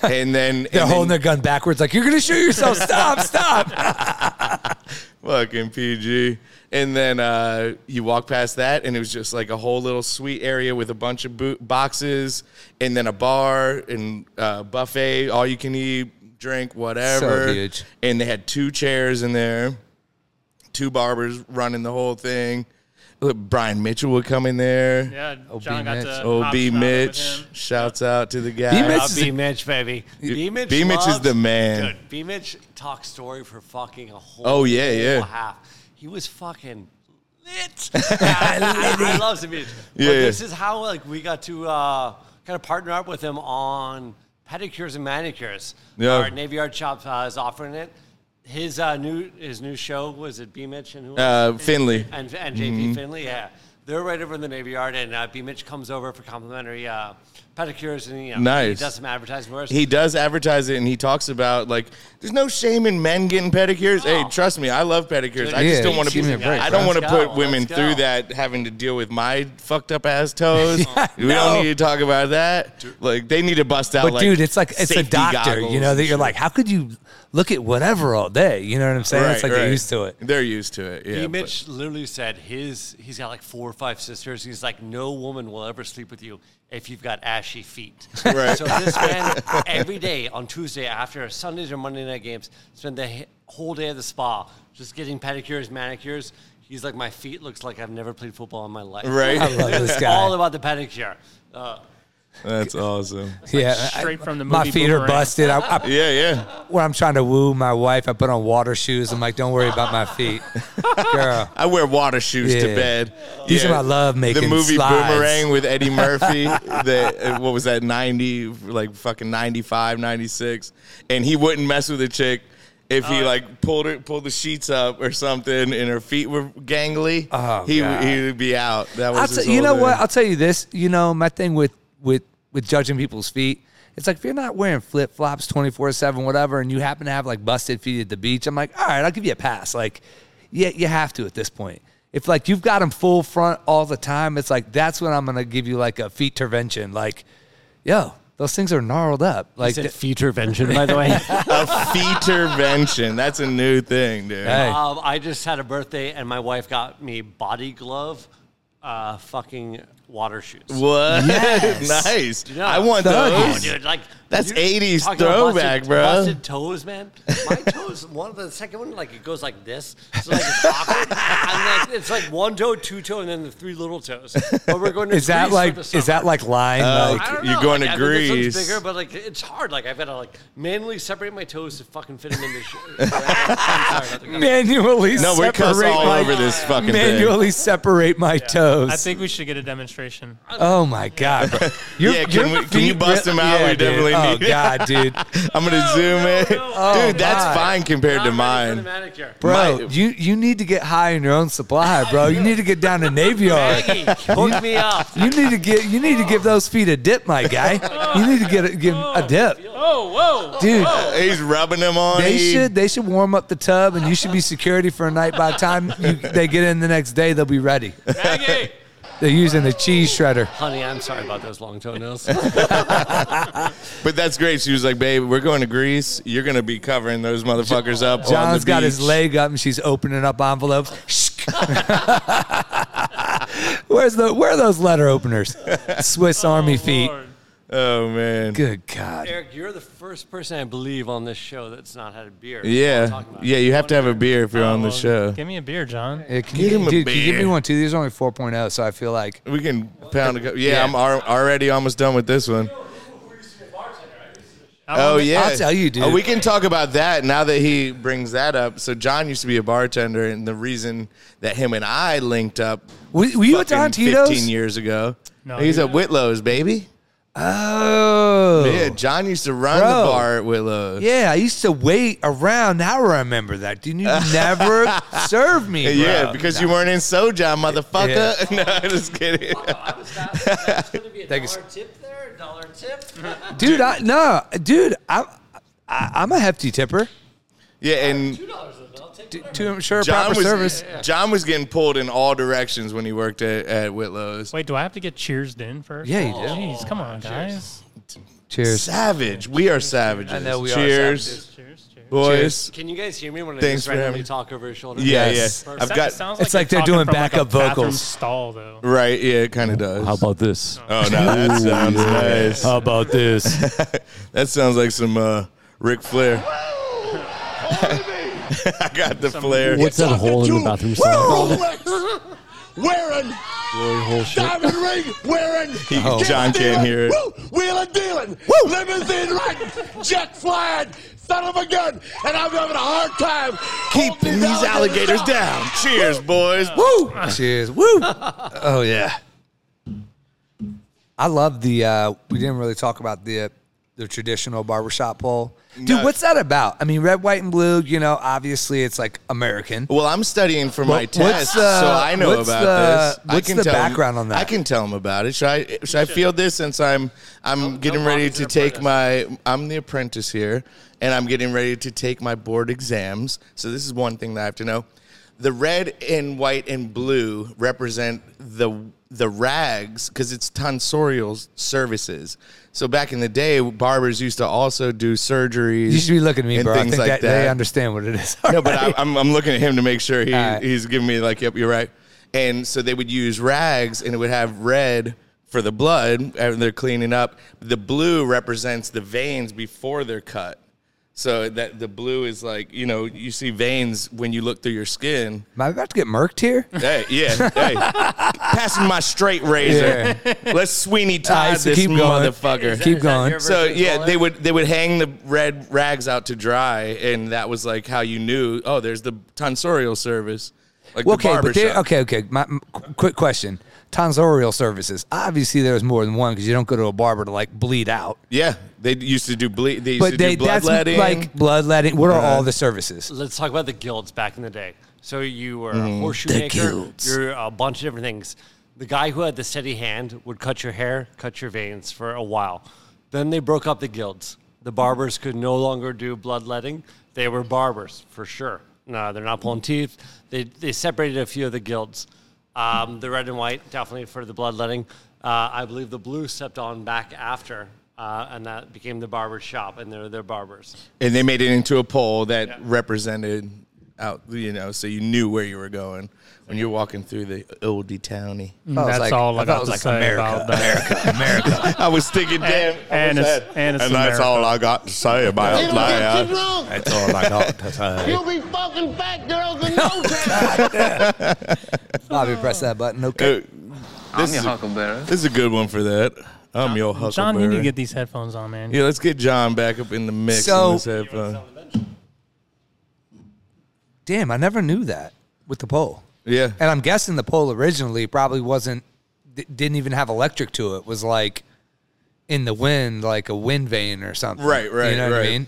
[SPEAKER 3] And then
[SPEAKER 2] they're
[SPEAKER 3] and
[SPEAKER 2] holding
[SPEAKER 3] then,
[SPEAKER 2] their gun backwards, like you're gonna shoot yourself. Stop, stop.
[SPEAKER 3] Fucking PG. And then uh, you walk past that, and it was just like a whole little sweet area with a bunch of bo- boxes, and then a bar and uh, buffet, all you can eat, drink, whatever.
[SPEAKER 2] huge.
[SPEAKER 3] And they had two chairs in there, two barbers running the whole thing. Look, Brian Mitchell would come in there.
[SPEAKER 4] Yeah, John got
[SPEAKER 2] Mitch.
[SPEAKER 4] to
[SPEAKER 3] OB
[SPEAKER 4] hop shop
[SPEAKER 3] Mitch,
[SPEAKER 4] with him.
[SPEAKER 3] shouts out to the guy.
[SPEAKER 2] Mitch
[SPEAKER 1] Uh, B Mitch, baby. B Mitch.
[SPEAKER 3] B. Mitch is
[SPEAKER 1] loves-
[SPEAKER 3] the man.
[SPEAKER 1] Dude, B Mitch talks story for fucking a whole.
[SPEAKER 3] Oh, yeah, yeah.
[SPEAKER 1] whole half. He was fucking lit. I, I, I love the Mitch.
[SPEAKER 3] Yeah,
[SPEAKER 1] but
[SPEAKER 3] yeah.
[SPEAKER 1] this is how like we got to uh, kind of partner up with him on pedicures and manicures.
[SPEAKER 3] Yeah.
[SPEAKER 1] Our Navy Yard shop uh, is offering it. His uh, new his new show was it B Mitch and who? else?
[SPEAKER 3] Uh, Finley.
[SPEAKER 1] and, and JP
[SPEAKER 3] Mm-hmm.
[SPEAKER 1] Finley, yeah. They're right over in the Navy Yard, and uh, B. Mitch comes over for complimentary uh, pedicures, and you know, he
[SPEAKER 3] Nice.
[SPEAKER 1] does some advertising for us.
[SPEAKER 3] He does advertise it, and he talks about like there's no shame in men getting pedicures. Hey, trust me, I love pedicures. I
[SPEAKER 1] Yeah,
[SPEAKER 3] just don't want to.
[SPEAKER 2] give me a break,
[SPEAKER 3] I don't
[SPEAKER 1] bro.
[SPEAKER 3] want to
[SPEAKER 1] Let's go,
[SPEAKER 3] put women
[SPEAKER 1] let's go.
[SPEAKER 3] through that, having to deal with my fucked up ass toes. we
[SPEAKER 2] no.
[SPEAKER 3] don't need to talk about that. Like they need to bust out.
[SPEAKER 2] But dude, it's like it's a
[SPEAKER 3] safety
[SPEAKER 2] doctor,
[SPEAKER 3] goggles
[SPEAKER 2] you know,
[SPEAKER 3] and
[SPEAKER 2] that you're
[SPEAKER 3] shit.
[SPEAKER 2] like, how could you look at whatever all day? You know what I'm saying? it's like they're used to it.
[SPEAKER 3] They're used to it. Yeah.
[SPEAKER 1] B.
[SPEAKER 3] but-
[SPEAKER 1] Mitch literally said his he's got like four or five sisters. He's like, no woman will ever sleep with you if you've got ashy feet.
[SPEAKER 3] Right.
[SPEAKER 1] So this man every day on Tuesday after Sundays or Monday night games spend the h- whole day at the spa just getting pedicures, manicures. He's like, my feet looks like I've never played football in my life.
[SPEAKER 2] I
[SPEAKER 3] right.
[SPEAKER 2] love this
[SPEAKER 1] It's
[SPEAKER 2] guy.
[SPEAKER 1] all about the pedicure. Uh,
[SPEAKER 3] That's awesome.
[SPEAKER 2] yeah,
[SPEAKER 4] straight from the
[SPEAKER 2] my
[SPEAKER 4] movie
[SPEAKER 2] feet are
[SPEAKER 4] Boomerang.
[SPEAKER 2] busted. I, I,
[SPEAKER 3] Yeah, yeah.
[SPEAKER 2] when I'm trying to woo my wife, I put on water shoes. I'm like, don't worry about my feet, girl.
[SPEAKER 3] I wear water shoes
[SPEAKER 2] Yeah.
[SPEAKER 3] to bed.
[SPEAKER 2] These are my love making
[SPEAKER 3] The movie
[SPEAKER 2] slides.
[SPEAKER 3] Boomerang with Eddie Murphy. the, uh, what was that? Ninety, like fucking 95, 96. and he wouldn't mess with a chick if
[SPEAKER 1] Uh.
[SPEAKER 3] he like pulled her, pulled the sheets up or something, and her feet were gangly.
[SPEAKER 2] Oh,
[SPEAKER 3] he
[SPEAKER 2] God.
[SPEAKER 3] he would be out. That was
[SPEAKER 2] I'll
[SPEAKER 3] his
[SPEAKER 2] tell you
[SPEAKER 3] whole
[SPEAKER 2] know what?
[SPEAKER 3] thing.
[SPEAKER 2] I'll tell you this. You know, my thing with with with judging people's feet, it's like if you're not wearing flip flops twenty four seven, whatever, and you happen to have like busted feet at the beach, I'm like, all right, I'll give you a pass. Like, yeah, you have to at this point. If like you've got them full front all the time, it's like that's when I'm gonna give you like a feet intervention. Like, yo, those things are gnarled up. Like, th-
[SPEAKER 1] featurvention, by the way.
[SPEAKER 3] a featurvention. That's a new thing, dude.
[SPEAKER 2] Hey.
[SPEAKER 1] Um, I just had a birthday, and my wife got me body glove, uh, fucking water shoes.
[SPEAKER 3] What? nice.
[SPEAKER 1] Yeah.
[SPEAKER 3] I want
[SPEAKER 1] Oh,
[SPEAKER 2] Thugs.
[SPEAKER 3] those.
[SPEAKER 1] dude, like
[SPEAKER 3] That's
[SPEAKER 1] you-
[SPEAKER 3] 80s
[SPEAKER 1] talking about
[SPEAKER 3] throwback,
[SPEAKER 1] busted,
[SPEAKER 3] bro.
[SPEAKER 1] Busted toes, man. My toes, one of the second one, like it goes like this. So like it's awkward. I'm like, it's like one toe, two toe, and then the three little toes. But we're going to
[SPEAKER 2] is that
[SPEAKER 1] Greece for
[SPEAKER 2] like
[SPEAKER 1] the
[SPEAKER 2] is
[SPEAKER 1] summer.
[SPEAKER 2] that like lying?
[SPEAKER 1] I
[SPEAKER 2] like,
[SPEAKER 1] don't
[SPEAKER 3] You're
[SPEAKER 1] know,
[SPEAKER 3] going
[SPEAKER 1] like, I
[SPEAKER 3] to
[SPEAKER 1] think this
[SPEAKER 3] Greece.
[SPEAKER 1] one's bigger, but like it's hard. Like I've got to like manually separate my toes to fucking fit them in the shoe. I'm sorry about the
[SPEAKER 2] manually
[SPEAKER 3] No, we're cussed
[SPEAKER 2] separate
[SPEAKER 3] all
[SPEAKER 2] my,
[SPEAKER 3] over this fucking thing.
[SPEAKER 2] manually separate my toes.
[SPEAKER 4] I think we should get a demonstration.
[SPEAKER 2] Oh my god! bro. Your-
[SPEAKER 3] Yeah, can
[SPEAKER 2] your
[SPEAKER 3] we- can you
[SPEAKER 2] feet
[SPEAKER 3] bust
[SPEAKER 2] really-
[SPEAKER 3] them out? We
[SPEAKER 2] dude.
[SPEAKER 3] definitely
[SPEAKER 2] oh,
[SPEAKER 3] need it.
[SPEAKER 2] god, dude,
[SPEAKER 3] I'm gonna zoom in,
[SPEAKER 1] no, no.
[SPEAKER 3] dude. That's
[SPEAKER 2] Oh, my.
[SPEAKER 3] fine compared
[SPEAKER 1] Not
[SPEAKER 3] to
[SPEAKER 1] ready for the
[SPEAKER 3] mine.
[SPEAKER 1] manicure.
[SPEAKER 2] bro,
[SPEAKER 3] My-
[SPEAKER 2] you you need to get high in your own supply, bro. You need to get down to Navy Yard.
[SPEAKER 1] Maggie, hook me up.
[SPEAKER 2] You need to get you need to give those feet a dip, my guy. You need to get a, give 'em a dip,
[SPEAKER 4] Oh, whoa!
[SPEAKER 2] dude.
[SPEAKER 3] He's rubbing them on.
[SPEAKER 2] They
[SPEAKER 3] He-
[SPEAKER 2] should they should warm up the tub, and you should be security for a night. By the time you, they get in the next day, they'll be ready.
[SPEAKER 4] Maggie,
[SPEAKER 2] They're using a cheese shredder.
[SPEAKER 1] Honey, I'm sorry about those long toenails.
[SPEAKER 3] But that's great. She was like, "Babe, we're going to Greece. You're gonna be covering those motherfuckers up." on the
[SPEAKER 2] John's got his
[SPEAKER 3] beach."
[SPEAKER 2] leg up and she's opening up envelopes. Where's the where are those letter openers? Swiss Army feet.
[SPEAKER 4] Lord.
[SPEAKER 3] Oh man.
[SPEAKER 2] Good God.
[SPEAKER 1] Eric, you're the first person I believe on this show that's not had a beer. That's what
[SPEAKER 3] Yeah,
[SPEAKER 1] I'm talking about.
[SPEAKER 3] yeah. You have to have a beer if you're on the
[SPEAKER 4] Well,
[SPEAKER 3] show.
[SPEAKER 4] Give me a beer, John.
[SPEAKER 2] Yeah, can
[SPEAKER 3] Get
[SPEAKER 2] you,
[SPEAKER 3] him a
[SPEAKER 2] dude, can you give
[SPEAKER 3] beer.
[SPEAKER 2] me one too? These are only 4.0, so I feel like
[SPEAKER 3] We can pound a couple. Yeah,
[SPEAKER 2] Yeah.
[SPEAKER 3] I'm al- already almost done with this one. Oh yeah,
[SPEAKER 2] I'll tell you, dude.
[SPEAKER 3] Oh, we can talk about that now that he brings that up. So John used to be a bartender, and the reason that him and I linked up
[SPEAKER 2] were, were you at
[SPEAKER 3] fucking
[SPEAKER 2] Don
[SPEAKER 3] 15
[SPEAKER 2] Tito's?
[SPEAKER 3] years ago.
[SPEAKER 4] No,
[SPEAKER 3] he's
[SPEAKER 4] he-
[SPEAKER 3] at Whitlow's, baby.
[SPEAKER 2] Oh.
[SPEAKER 3] Yeah, John used to run
[SPEAKER 2] Bro.
[SPEAKER 3] the bar at Whitlow's.
[SPEAKER 2] Yeah, I used to wait around. Now I remember that. Did you never serve me? Bro.
[SPEAKER 3] Yeah, because you weren't in Soja, motherfucker. no, I'm just kidding.
[SPEAKER 1] I was fast. That's going to be a
[SPEAKER 2] Thank you,
[SPEAKER 1] dollar tip there, a dollar tip.
[SPEAKER 2] dude, I, no, dude, I'm I, I'm a hefty tipper.
[SPEAKER 3] Yeah, and
[SPEAKER 1] Two dollars. I'll take
[SPEAKER 2] D-
[SPEAKER 1] whatever.
[SPEAKER 2] To ensure
[SPEAKER 3] John
[SPEAKER 2] proper
[SPEAKER 3] was
[SPEAKER 2] service.
[SPEAKER 3] John was getting pulled in all directions when he worked at, at Whitlow's.
[SPEAKER 4] Wait, do I have to get cheersed in first? Oh,
[SPEAKER 2] Yeah, you do.
[SPEAKER 4] Jeez, come on, guys.
[SPEAKER 2] Cheers.
[SPEAKER 3] Savage, we are savages.
[SPEAKER 2] I know we are
[SPEAKER 3] Cheers.
[SPEAKER 2] savages.
[SPEAKER 4] Cheers, cheers.
[SPEAKER 3] boys.
[SPEAKER 1] Can you guys hear me when
[SPEAKER 3] Thanks
[SPEAKER 1] I just
[SPEAKER 3] for
[SPEAKER 1] randomly
[SPEAKER 3] having-
[SPEAKER 1] talk over his shoulder?
[SPEAKER 3] Yeah,
[SPEAKER 2] Yes.
[SPEAKER 3] yeah.
[SPEAKER 4] It
[SPEAKER 3] I've
[SPEAKER 4] sounds-
[SPEAKER 3] got
[SPEAKER 4] it sounds
[SPEAKER 2] It's like they're
[SPEAKER 4] talking
[SPEAKER 2] doing
[SPEAKER 4] from, like, a
[SPEAKER 2] backup
[SPEAKER 4] bathroom
[SPEAKER 2] vocals.
[SPEAKER 4] Stall though.
[SPEAKER 3] right. Yeah, it kind of does.
[SPEAKER 2] How about this?
[SPEAKER 3] oh no, that sounds nice.
[SPEAKER 2] How about this?
[SPEAKER 3] That sounds like some uh, Ric Flair. I got the flair.
[SPEAKER 5] What's that hole in the bathroom stall called?
[SPEAKER 6] Wearing
[SPEAKER 5] Glory hole shit.
[SPEAKER 6] diamond ring, wearing
[SPEAKER 3] He- John can't hear it.
[SPEAKER 6] wheeling dealing, limousine riding, jet flying, son of a gun, and I'm having a hard time
[SPEAKER 3] Keep
[SPEAKER 6] holding
[SPEAKER 3] these alligators down. Cheers, boys.
[SPEAKER 2] Woo! Cheers. Woo! Oh yeah. I love the. Uh, we didn't really talk about the the traditional barbershop pole, dude.
[SPEAKER 3] No.
[SPEAKER 2] What's that about? I mean, red, white, and blue. You know, obviously it's like American.
[SPEAKER 3] Well, I'm studying for my
[SPEAKER 2] What's,
[SPEAKER 3] test,
[SPEAKER 2] uh,
[SPEAKER 3] so I know
[SPEAKER 2] what's
[SPEAKER 3] about
[SPEAKER 2] the-
[SPEAKER 3] this. I
[SPEAKER 2] what's
[SPEAKER 3] can
[SPEAKER 2] the
[SPEAKER 3] tell 'em-
[SPEAKER 2] background on that?
[SPEAKER 3] I can tell him about it. Should I? Should I feel this since I'm I'm getting ready
[SPEAKER 4] Bobby's
[SPEAKER 3] to
[SPEAKER 4] an
[SPEAKER 3] take my I'm the apprentice here, and I'm getting ready to take my board exams. So this is one thing that I have to know. The red and white and blue represent the the rags because it's tonsorial services. So back in the day, barbers used to also do surgeries.
[SPEAKER 2] You should be looking at me,
[SPEAKER 3] and
[SPEAKER 2] bro. I
[SPEAKER 3] things
[SPEAKER 2] think
[SPEAKER 3] like
[SPEAKER 2] that,
[SPEAKER 3] that
[SPEAKER 2] they understand what it is.
[SPEAKER 3] no, but I, I'm, I'm looking at him to make sure he,
[SPEAKER 2] All right.
[SPEAKER 3] he's giving me like, yep, you're right. And so they would use rags, and it would have red for the blood, and they're cleaning up. The blue represents the veins before they're cut. So that the blue is like, you know, you see veins when you look through your skin.
[SPEAKER 2] Am I about to get murked here?
[SPEAKER 3] Hey, yeah, hey, passing my straight razor. Let's Sweeney Todd
[SPEAKER 2] Alright, so
[SPEAKER 3] this
[SPEAKER 2] keep going.
[SPEAKER 3] motherfucker.
[SPEAKER 2] Keep going.
[SPEAKER 3] So yeah, they would they would hang the red rags out to dry, and that was like how you knew. Oh, there's the tonsorial service, like the
[SPEAKER 2] Okay,
[SPEAKER 3] barber
[SPEAKER 2] but there,
[SPEAKER 3] shop.
[SPEAKER 2] okay, okay. My m- qu- quick question: tonsorial services. Obviously, there's more than one because you don't go to a barber to like bleed out.
[SPEAKER 3] Yeah, they used to do bleed. They used to
[SPEAKER 2] But they,
[SPEAKER 3] do
[SPEAKER 2] that's
[SPEAKER 3] bloodletting. Uh-huh.
[SPEAKER 2] like bloodletting. What are all the services?
[SPEAKER 1] Let's talk about the guilds back in the day. So you were a horseshoe maker. You're a bunch of different things. The guy who had the steady hand would cut your hair, cut your veins for a while. Then they broke up the guilds. The barbers could no longer do bloodletting. They were barbers for sure. No, they're not pulling teeth. They they separated a few of the guilds. Um, the red and white definitely for the bloodletting. Uh, I believe the blue stepped on back after, uh, and that became the barber shop, and they're their barbers.
[SPEAKER 3] and they made it into a pole that represented out. You know, so you knew where you were going when you're walking through the oldie townie.
[SPEAKER 2] I was
[SPEAKER 4] That's
[SPEAKER 2] like-
[SPEAKER 4] all
[SPEAKER 2] I thought
[SPEAKER 4] I
[SPEAKER 2] it
[SPEAKER 4] got
[SPEAKER 2] was
[SPEAKER 4] to
[SPEAKER 2] like
[SPEAKER 4] say
[SPEAKER 2] America,
[SPEAKER 4] about that.
[SPEAKER 3] I was thinking, damn, I
[SPEAKER 4] and
[SPEAKER 3] was
[SPEAKER 4] it's-
[SPEAKER 3] sad.
[SPEAKER 4] and it's
[SPEAKER 3] that's
[SPEAKER 4] America.
[SPEAKER 3] all I got to say about
[SPEAKER 6] Get
[SPEAKER 3] that. Uh,
[SPEAKER 6] wrong.
[SPEAKER 2] That's all I got to say.
[SPEAKER 6] You'll be fucking fat girls in no time.
[SPEAKER 2] Bobby, press that button. Okay.
[SPEAKER 3] Uh, This is, a, this is a good one for that. I'm your huckleberry.
[SPEAKER 4] John, you need to get these headphones on, man.
[SPEAKER 3] Yeah, let's get John back up in the mix.
[SPEAKER 2] So-
[SPEAKER 3] on this headphone.
[SPEAKER 2] Damn, I never knew that with the pole.
[SPEAKER 3] Yeah.
[SPEAKER 2] And I'm guessing the pole originally probably wasn't, d- didn't even have electric to it. Was like in the wind, like a wind vane or something.
[SPEAKER 3] Right, right,
[SPEAKER 2] You know what I
[SPEAKER 3] right.
[SPEAKER 2] mean?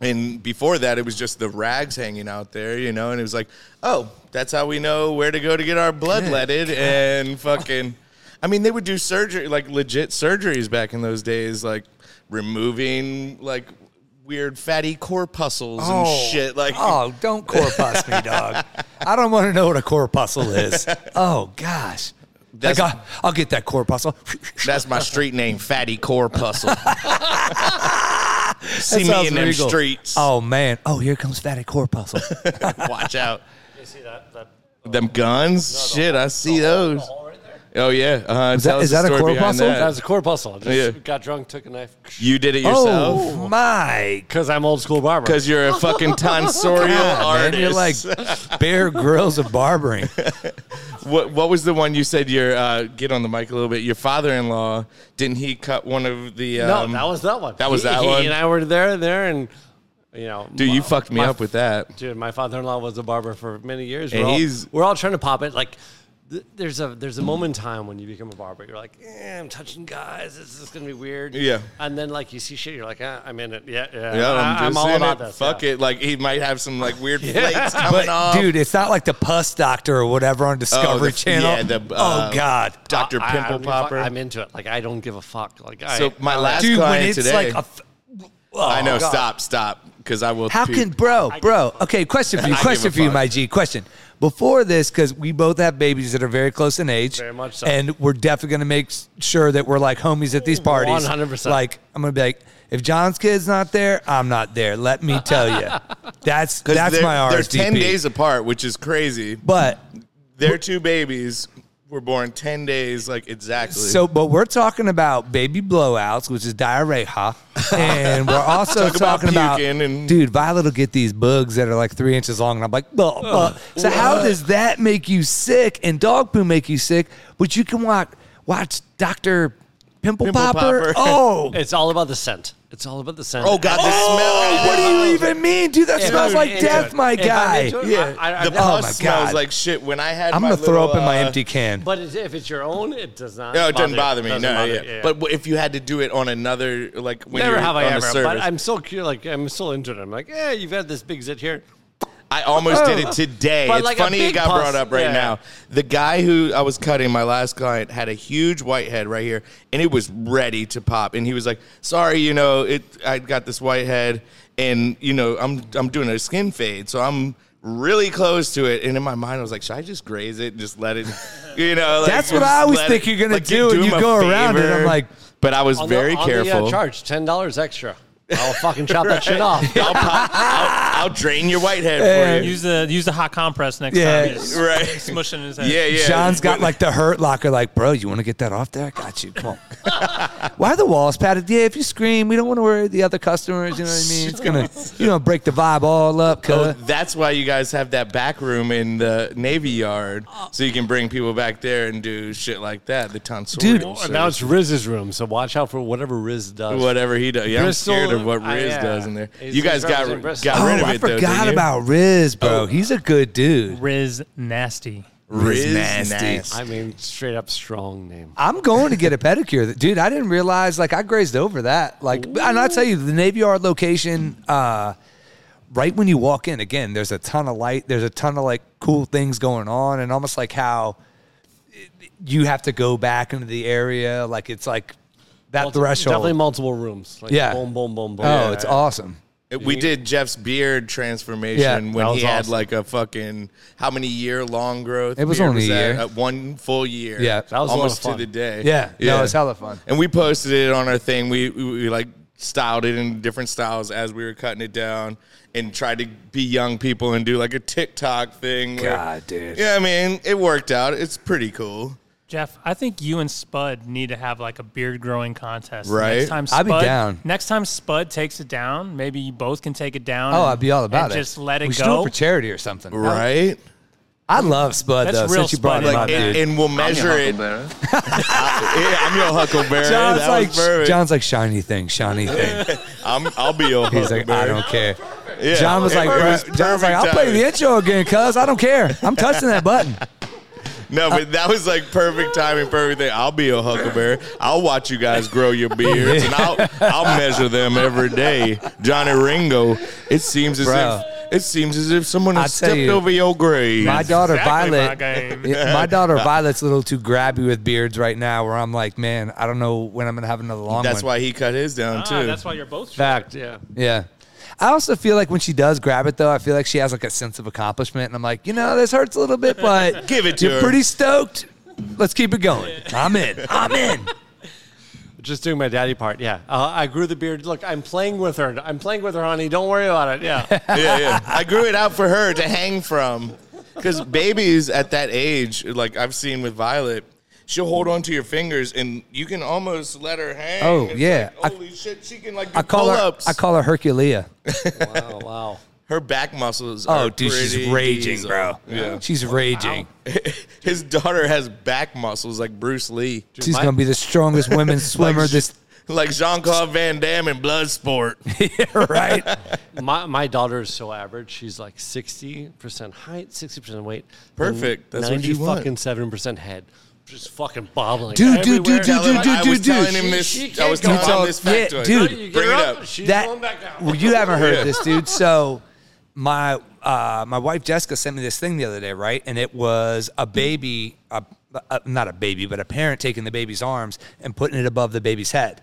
[SPEAKER 3] And before that, it was just the rags hanging out there, you know, and it was like, oh, that's how we know where to go to get our blood letted and fucking. I mean, they would do surgery, like legit surgeries back in those days, like removing like weird fatty corpuscles and shit. Like,
[SPEAKER 2] oh, don't corpus me, dog. I don't want to know what a corpuscle is. Oh gosh,
[SPEAKER 3] That's-
[SPEAKER 2] like I, I'll get that corpuscle.
[SPEAKER 3] that's my street name, Fatty Corpuscle. See
[SPEAKER 2] That
[SPEAKER 3] me
[SPEAKER 2] sounds
[SPEAKER 3] in them
[SPEAKER 2] regal.
[SPEAKER 3] streets.
[SPEAKER 2] Oh man! Oh, here comes fatty corpuscle.
[SPEAKER 3] Watch out.
[SPEAKER 1] You see that? that
[SPEAKER 3] Them guns? Shit, I see those. Oh yeah. Uh,
[SPEAKER 2] that-
[SPEAKER 3] tell us
[SPEAKER 2] is
[SPEAKER 3] the
[SPEAKER 2] that a
[SPEAKER 3] story behind
[SPEAKER 2] corpuscle?
[SPEAKER 1] That
[SPEAKER 3] That.
[SPEAKER 1] was a corpuscle. Just
[SPEAKER 3] Uh, Yeah.
[SPEAKER 1] got drunk, took a knife.
[SPEAKER 3] You did it yourself
[SPEAKER 2] oh my!
[SPEAKER 1] Because I'm old school barber.
[SPEAKER 3] because you're a fucking tonsorial
[SPEAKER 2] God,
[SPEAKER 3] artist.
[SPEAKER 2] man, you're like Bear Grylls of barbering.
[SPEAKER 3] what? What was the one you said? Your uh, get on the mic a little bit. Your father-in-law didn't he cut one of the?
[SPEAKER 1] no,
[SPEAKER 3] Um,
[SPEAKER 1] that was that one.
[SPEAKER 3] that was
[SPEAKER 1] He-
[SPEAKER 3] that
[SPEAKER 1] he
[SPEAKER 3] one?
[SPEAKER 1] and I were there, there, and you know,
[SPEAKER 3] Dude, you
[SPEAKER 1] my-
[SPEAKER 3] fucked me
[SPEAKER 1] my-
[SPEAKER 3] up with that.
[SPEAKER 1] Dude, my father-in-law was a barber for many years.
[SPEAKER 3] And
[SPEAKER 1] we're,
[SPEAKER 3] he's-
[SPEAKER 1] all, we're all trying to pop it. Like, th- there's a there's a moment in time when you become a barber. You're like, eh, I'm touching guys. This is gonna be weird.
[SPEAKER 3] Yeah.
[SPEAKER 1] And then like you see shit, you're like, ah, I'm in it. Yeah, yeah.
[SPEAKER 3] Yeah, I'm,
[SPEAKER 1] I-
[SPEAKER 3] just
[SPEAKER 1] all
[SPEAKER 3] in
[SPEAKER 1] about
[SPEAKER 3] it.
[SPEAKER 1] this.
[SPEAKER 3] Fuck
[SPEAKER 1] yeah.
[SPEAKER 3] it. Like he might have some like weird flakes coming
[SPEAKER 2] But
[SPEAKER 3] off. Oh,
[SPEAKER 2] dude, it's not like the pus doctor or whatever on Discovery
[SPEAKER 3] the-
[SPEAKER 2] Channel.
[SPEAKER 3] yeah, the, uh,
[SPEAKER 2] oh god,
[SPEAKER 3] Doctor
[SPEAKER 1] I- I
[SPEAKER 3] Pimple
[SPEAKER 1] don't give a fuck.
[SPEAKER 3] Popper.
[SPEAKER 1] I'm into it. Like I don't give a fuck. Like I,
[SPEAKER 3] so my last
[SPEAKER 2] dude, when
[SPEAKER 3] client
[SPEAKER 2] it's
[SPEAKER 3] today.
[SPEAKER 2] like a. f- oh,
[SPEAKER 3] I know.
[SPEAKER 2] God.
[SPEAKER 3] Stop. Stop. because I will.
[SPEAKER 2] How
[SPEAKER 3] puke.
[SPEAKER 2] can bro, bro? Okay, question for you,
[SPEAKER 3] I
[SPEAKER 2] question
[SPEAKER 3] give a
[SPEAKER 2] for you,
[SPEAKER 3] fuck.
[SPEAKER 2] my G, question. Before this, because we both have babies that are very close in age,
[SPEAKER 1] Very much so.
[SPEAKER 2] and we're definitely going to make s- sure that we're like homies at these parties.
[SPEAKER 1] 100%.
[SPEAKER 2] Like I'm going to be like, if John's kid's not there, I'm not there. Let me tell you, that's
[SPEAKER 3] 'Cause
[SPEAKER 2] that's
[SPEAKER 3] they're-
[SPEAKER 2] my RSVP.
[SPEAKER 3] They're ten days apart, which is crazy.
[SPEAKER 2] but
[SPEAKER 3] Their two babies were born ten days, like exactly.
[SPEAKER 2] So, but we're talking about baby blowouts, which is diarrhea, and we're also
[SPEAKER 3] Talk about
[SPEAKER 2] talking about,
[SPEAKER 3] puking and-
[SPEAKER 2] dude. Violet will get these bugs that are like three inches long, and I'm like, buh, buh. so how does that make you sick? And dog poo make you sick? But you can watch watch Doctor Pimple,
[SPEAKER 3] Pimple
[SPEAKER 2] Popper.
[SPEAKER 3] Popper.
[SPEAKER 2] Oh,
[SPEAKER 1] It's all about the scent. It's all about the scent.
[SPEAKER 3] oh god, the smell.
[SPEAKER 2] what do you even mean, dude? That
[SPEAKER 1] If
[SPEAKER 2] smells
[SPEAKER 1] I'm
[SPEAKER 2] like
[SPEAKER 1] into
[SPEAKER 2] death,
[SPEAKER 1] it-
[SPEAKER 2] my
[SPEAKER 1] if I'm
[SPEAKER 2] guy.
[SPEAKER 1] into it,
[SPEAKER 3] Yeah,
[SPEAKER 1] I- I- I've
[SPEAKER 3] the
[SPEAKER 1] never-
[SPEAKER 2] Oh
[SPEAKER 3] pus
[SPEAKER 2] my
[SPEAKER 3] smells
[SPEAKER 2] God.
[SPEAKER 3] like shit. When I had,
[SPEAKER 2] I'm
[SPEAKER 3] my
[SPEAKER 2] gonna throw
[SPEAKER 3] little,
[SPEAKER 2] up in my
[SPEAKER 3] uh,
[SPEAKER 2] empty can.
[SPEAKER 1] But it's, if it's your own, it does not.
[SPEAKER 3] No, it doesn't bother me.
[SPEAKER 1] Doesn't
[SPEAKER 3] no,
[SPEAKER 1] bother-
[SPEAKER 3] yeah. But w- if you had to do it on another, like when
[SPEAKER 1] never
[SPEAKER 3] you're
[SPEAKER 1] have I
[SPEAKER 3] on a
[SPEAKER 1] ever. But
[SPEAKER 3] service,
[SPEAKER 1] I'm still cur- like I'm still into it. I'm like, yeah, you've had this big zit here.
[SPEAKER 3] I almost did
[SPEAKER 2] Oh.
[SPEAKER 3] it today.
[SPEAKER 1] But
[SPEAKER 3] It's
[SPEAKER 1] like a
[SPEAKER 3] funny it
[SPEAKER 1] big
[SPEAKER 3] got
[SPEAKER 1] pus-
[SPEAKER 3] brought up right
[SPEAKER 1] yeah.
[SPEAKER 3] now. The guy who I was cutting, my last client, had a huge whitehead right here, and it was ready to pop. And he was like, "Sorry, you know, it. I got this whitehead, and you know, I'm I'm doing a skin fade, so I'm." Really close to it, and in my mind, I was like, "Should I just graze it? and Just let it, you know." like,
[SPEAKER 2] That's what
[SPEAKER 3] just
[SPEAKER 2] I always
[SPEAKER 3] let
[SPEAKER 2] think you're gonna do, and
[SPEAKER 3] him
[SPEAKER 2] you
[SPEAKER 3] a
[SPEAKER 2] go around it, and I'm like-
[SPEAKER 3] but I was
[SPEAKER 1] On the-
[SPEAKER 3] very
[SPEAKER 1] on the, uh,
[SPEAKER 3] careful.
[SPEAKER 1] charge ten dollars extra. I'll fucking chop that shit off.
[SPEAKER 3] I'll, pop, I'll, I'll drain your whitehead for you.
[SPEAKER 4] Use the use the hot compress next
[SPEAKER 2] Yeah.
[SPEAKER 4] time. Just
[SPEAKER 3] Right.
[SPEAKER 4] Smush it in his head.
[SPEAKER 3] Yeah, yeah.
[SPEAKER 2] John's got
[SPEAKER 3] But-
[SPEAKER 2] like the hurt locker, like, bro, you want to get that off there? I got you. Come on. Why are the walls padded? Yeah, if you scream, we don't want to worry the other customers. You know what I mean? It's gonna, you know, break the vibe all up.
[SPEAKER 3] Oh,
[SPEAKER 2] Cause
[SPEAKER 3] that's why you guys have that back room in the Navy Yard,
[SPEAKER 1] Oh.
[SPEAKER 3] so you can bring people back there and do shit like that. The tonsorial,
[SPEAKER 2] Dude.
[SPEAKER 1] Well,
[SPEAKER 3] service.
[SPEAKER 1] now it's Riz's room, so watch out for whatever Riz does.
[SPEAKER 3] whatever he does. Yeah,
[SPEAKER 1] Bristol-
[SPEAKER 3] I'm scared of what
[SPEAKER 1] I-
[SPEAKER 3] Riz
[SPEAKER 1] yeah.
[SPEAKER 3] does in there.
[SPEAKER 1] He's-
[SPEAKER 3] you guys
[SPEAKER 1] he's
[SPEAKER 3] got
[SPEAKER 1] representing Bristol.
[SPEAKER 3] got
[SPEAKER 2] oh,
[SPEAKER 3] rid of it
[SPEAKER 2] I
[SPEAKER 3] though. didn't
[SPEAKER 2] forgot
[SPEAKER 3] you? Oh.
[SPEAKER 2] about Riz, bro. He's a good dude.
[SPEAKER 4] Riz nasty.
[SPEAKER 3] Riz,
[SPEAKER 2] Riz
[SPEAKER 3] nasty.
[SPEAKER 2] Nasty.
[SPEAKER 1] I mean, straight up strong name.
[SPEAKER 2] I'm going to get a pedicure, dude. I didn't realize, like, I grazed over that. Like, and I tell you, the Navy Yard location. uh right when you walk in, again, there's a ton of light, there's a ton of like cool things going on, and almost like how you have to go back into the area. Like it's like that
[SPEAKER 1] Multi-
[SPEAKER 2] threshold.
[SPEAKER 1] Definitely multiple rooms. Like
[SPEAKER 2] Yeah.
[SPEAKER 1] Boom, boom, boom, boom.
[SPEAKER 2] oh, it's awesome.
[SPEAKER 3] We did Jeff's beard transformation
[SPEAKER 2] Yeah,
[SPEAKER 3] when
[SPEAKER 2] that
[SPEAKER 3] he
[SPEAKER 2] was
[SPEAKER 3] had
[SPEAKER 2] awesome.
[SPEAKER 3] like a fucking how many year long growth?
[SPEAKER 2] It was
[SPEAKER 3] beard
[SPEAKER 2] only a
[SPEAKER 3] that?
[SPEAKER 2] year.
[SPEAKER 3] Uh, one full year.
[SPEAKER 2] Yeah.
[SPEAKER 1] was
[SPEAKER 2] That
[SPEAKER 1] a lot of
[SPEAKER 3] almost
[SPEAKER 1] fun.
[SPEAKER 3] to the day.
[SPEAKER 2] Yeah, no, it's hella fun.
[SPEAKER 3] And we posted it on our thing. We, we, we, like styled it in different styles as we were cutting it down and tried to be young people and do like a TikTok thing. where-
[SPEAKER 2] God, dude.
[SPEAKER 3] yeah, I mean, it worked out. It's pretty cool.
[SPEAKER 4] Jeff, I think you and Spud need to have like a beard growing contest.
[SPEAKER 3] Right.
[SPEAKER 4] Next time Spud,
[SPEAKER 2] I'd be down.
[SPEAKER 4] Next time Spud takes it down, maybe you both can take it down.
[SPEAKER 2] Oh,
[SPEAKER 4] and-
[SPEAKER 2] I'd be all about
[SPEAKER 4] and
[SPEAKER 2] it.
[SPEAKER 4] Just let it
[SPEAKER 2] we should do
[SPEAKER 4] go.
[SPEAKER 2] it for charity or something.
[SPEAKER 3] Right?
[SPEAKER 2] I love Spud
[SPEAKER 4] That's
[SPEAKER 2] though.
[SPEAKER 4] real
[SPEAKER 2] Since you brought him
[SPEAKER 4] Spud.
[SPEAKER 3] Like,
[SPEAKER 2] up,
[SPEAKER 3] and,
[SPEAKER 2] dude.
[SPEAKER 3] and we'll measure it. yeah, I'm your Huckleberry.
[SPEAKER 2] John's
[SPEAKER 3] that was
[SPEAKER 2] like,
[SPEAKER 3] perfect.
[SPEAKER 2] John's like shiny thing, shiny thing.
[SPEAKER 3] I'm, I'll be your
[SPEAKER 2] He's like, I
[SPEAKER 3] Huckleberry.
[SPEAKER 2] don't care.
[SPEAKER 3] Yeah.
[SPEAKER 2] John was
[SPEAKER 3] It
[SPEAKER 2] like,
[SPEAKER 3] was
[SPEAKER 2] "Bruh," John's like,
[SPEAKER 3] perfect
[SPEAKER 2] I'll play
[SPEAKER 3] timing.
[SPEAKER 2] the intro again, cuz I don't care. I'm touching that button.
[SPEAKER 3] No, but that was like perfect timing, perfect thing. I'll be a huckleberry. I'll watch you guys grow your beards, and I'll I'll measure them every day. Johnny Ringo, it seems as
[SPEAKER 2] Bro.
[SPEAKER 3] if it seems as if someone has
[SPEAKER 2] I tell
[SPEAKER 3] stepped
[SPEAKER 2] you,
[SPEAKER 3] over your grave.
[SPEAKER 2] my daughter
[SPEAKER 4] exactly my
[SPEAKER 2] Violet,
[SPEAKER 4] game.
[SPEAKER 2] yeah, my daughter Violet's a little too grabby with beards right now. Where I'm like, man, I don't know when I'm gonna have another long
[SPEAKER 3] That's
[SPEAKER 2] one.
[SPEAKER 3] why he cut his down
[SPEAKER 4] Ah,
[SPEAKER 3] too.
[SPEAKER 4] that's why you're both.
[SPEAKER 1] Fact, yeah.
[SPEAKER 2] Yeah. I also feel like when she does grab it, though, I feel like she has like a sense of accomplishment, and I'm like, you know, this hurts a little bit, but
[SPEAKER 3] Give it to
[SPEAKER 2] you're
[SPEAKER 3] her.
[SPEAKER 2] pretty stoked. Let's keep it going. I'm in. I'm in.
[SPEAKER 1] Just doing my daddy part. Yeah. Uh, I grew the beard. Look, I'm playing with her. I'm playing with her, honey. Don't worry about it. Yeah.
[SPEAKER 3] yeah, yeah. I grew it out for her to hang from. Because babies at that age, like I've seen with Violet, she'll hold on to your fingers and you can almost let her hang.
[SPEAKER 2] Oh,
[SPEAKER 3] It's
[SPEAKER 2] yeah.
[SPEAKER 3] like, holy shit, she can like do
[SPEAKER 2] I call her.
[SPEAKER 3] pull-ups.
[SPEAKER 2] I call her Herculea.
[SPEAKER 1] wow. Wow.
[SPEAKER 3] her back muscles.
[SPEAKER 2] Oh,
[SPEAKER 3] are
[SPEAKER 2] dude, she's
[SPEAKER 3] pretty
[SPEAKER 2] raging,
[SPEAKER 3] diesel.
[SPEAKER 2] bro.
[SPEAKER 3] Yeah.
[SPEAKER 2] She's raging.
[SPEAKER 3] His daughter has back muscles like Bruce Lee,
[SPEAKER 2] She's gonna be the strongest women's swimmer. this
[SPEAKER 3] like Jean Claude Van Damme in Bloodsport.
[SPEAKER 2] right?
[SPEAKER 1] My, my daughter is so average. She's like 60% height, 60% weight.
[SPEAKER 3] Perfect. That's what
[SPEAKER 1] 90
[SPEAKER 3] you want.
[SPEAKER 1] fucking 7% head. Just fucking bobbling.
[SPEAKER 2] Dude, dude,
[SPEAKER 1] everywhere.
[SPEAKER 2] dude, dude, dude,
[SPEAKER 3] I
[SPEAKER 2] dude,
[SPEAKER 3] was
[SPEAKER 2] dude,
[SPEAKER 3] telling
[SPEAKER 2] dude.
[SPEAKER 3] him this.
[SPEAKER 1] She- she
[SPEAKER 3] I was
[SPEAKER 1] can't
[SPEAKER 3] telling
[SPEAKER 1] go
[SPEAKER 3] him
[SPEAKER 2] up.
[SPEAKER 3] this
[SPEAKER 2] Yeah,
[SPEAKER 3] factoid.
[SPEAKER 2] dude.
[SPEAKER 1] You get
[SPEAKER 3] Bring
[SPEAKER 1] her
[SPEAKER 3] it
[SPEAKER 1] up,
[SPEAKER 3] up.
[SPEAKER 1] She's
[SPEAKER 2] that,
[SPEAKER 1] going back down.
[SPEAKER 2] Well, you haven't heard this, dude. So my uh, my wife Jessica sent me this thing the other day, right? And it was a baby, a, a, not a baby, but a parent taking the baby's arms and putting it above the baby's head,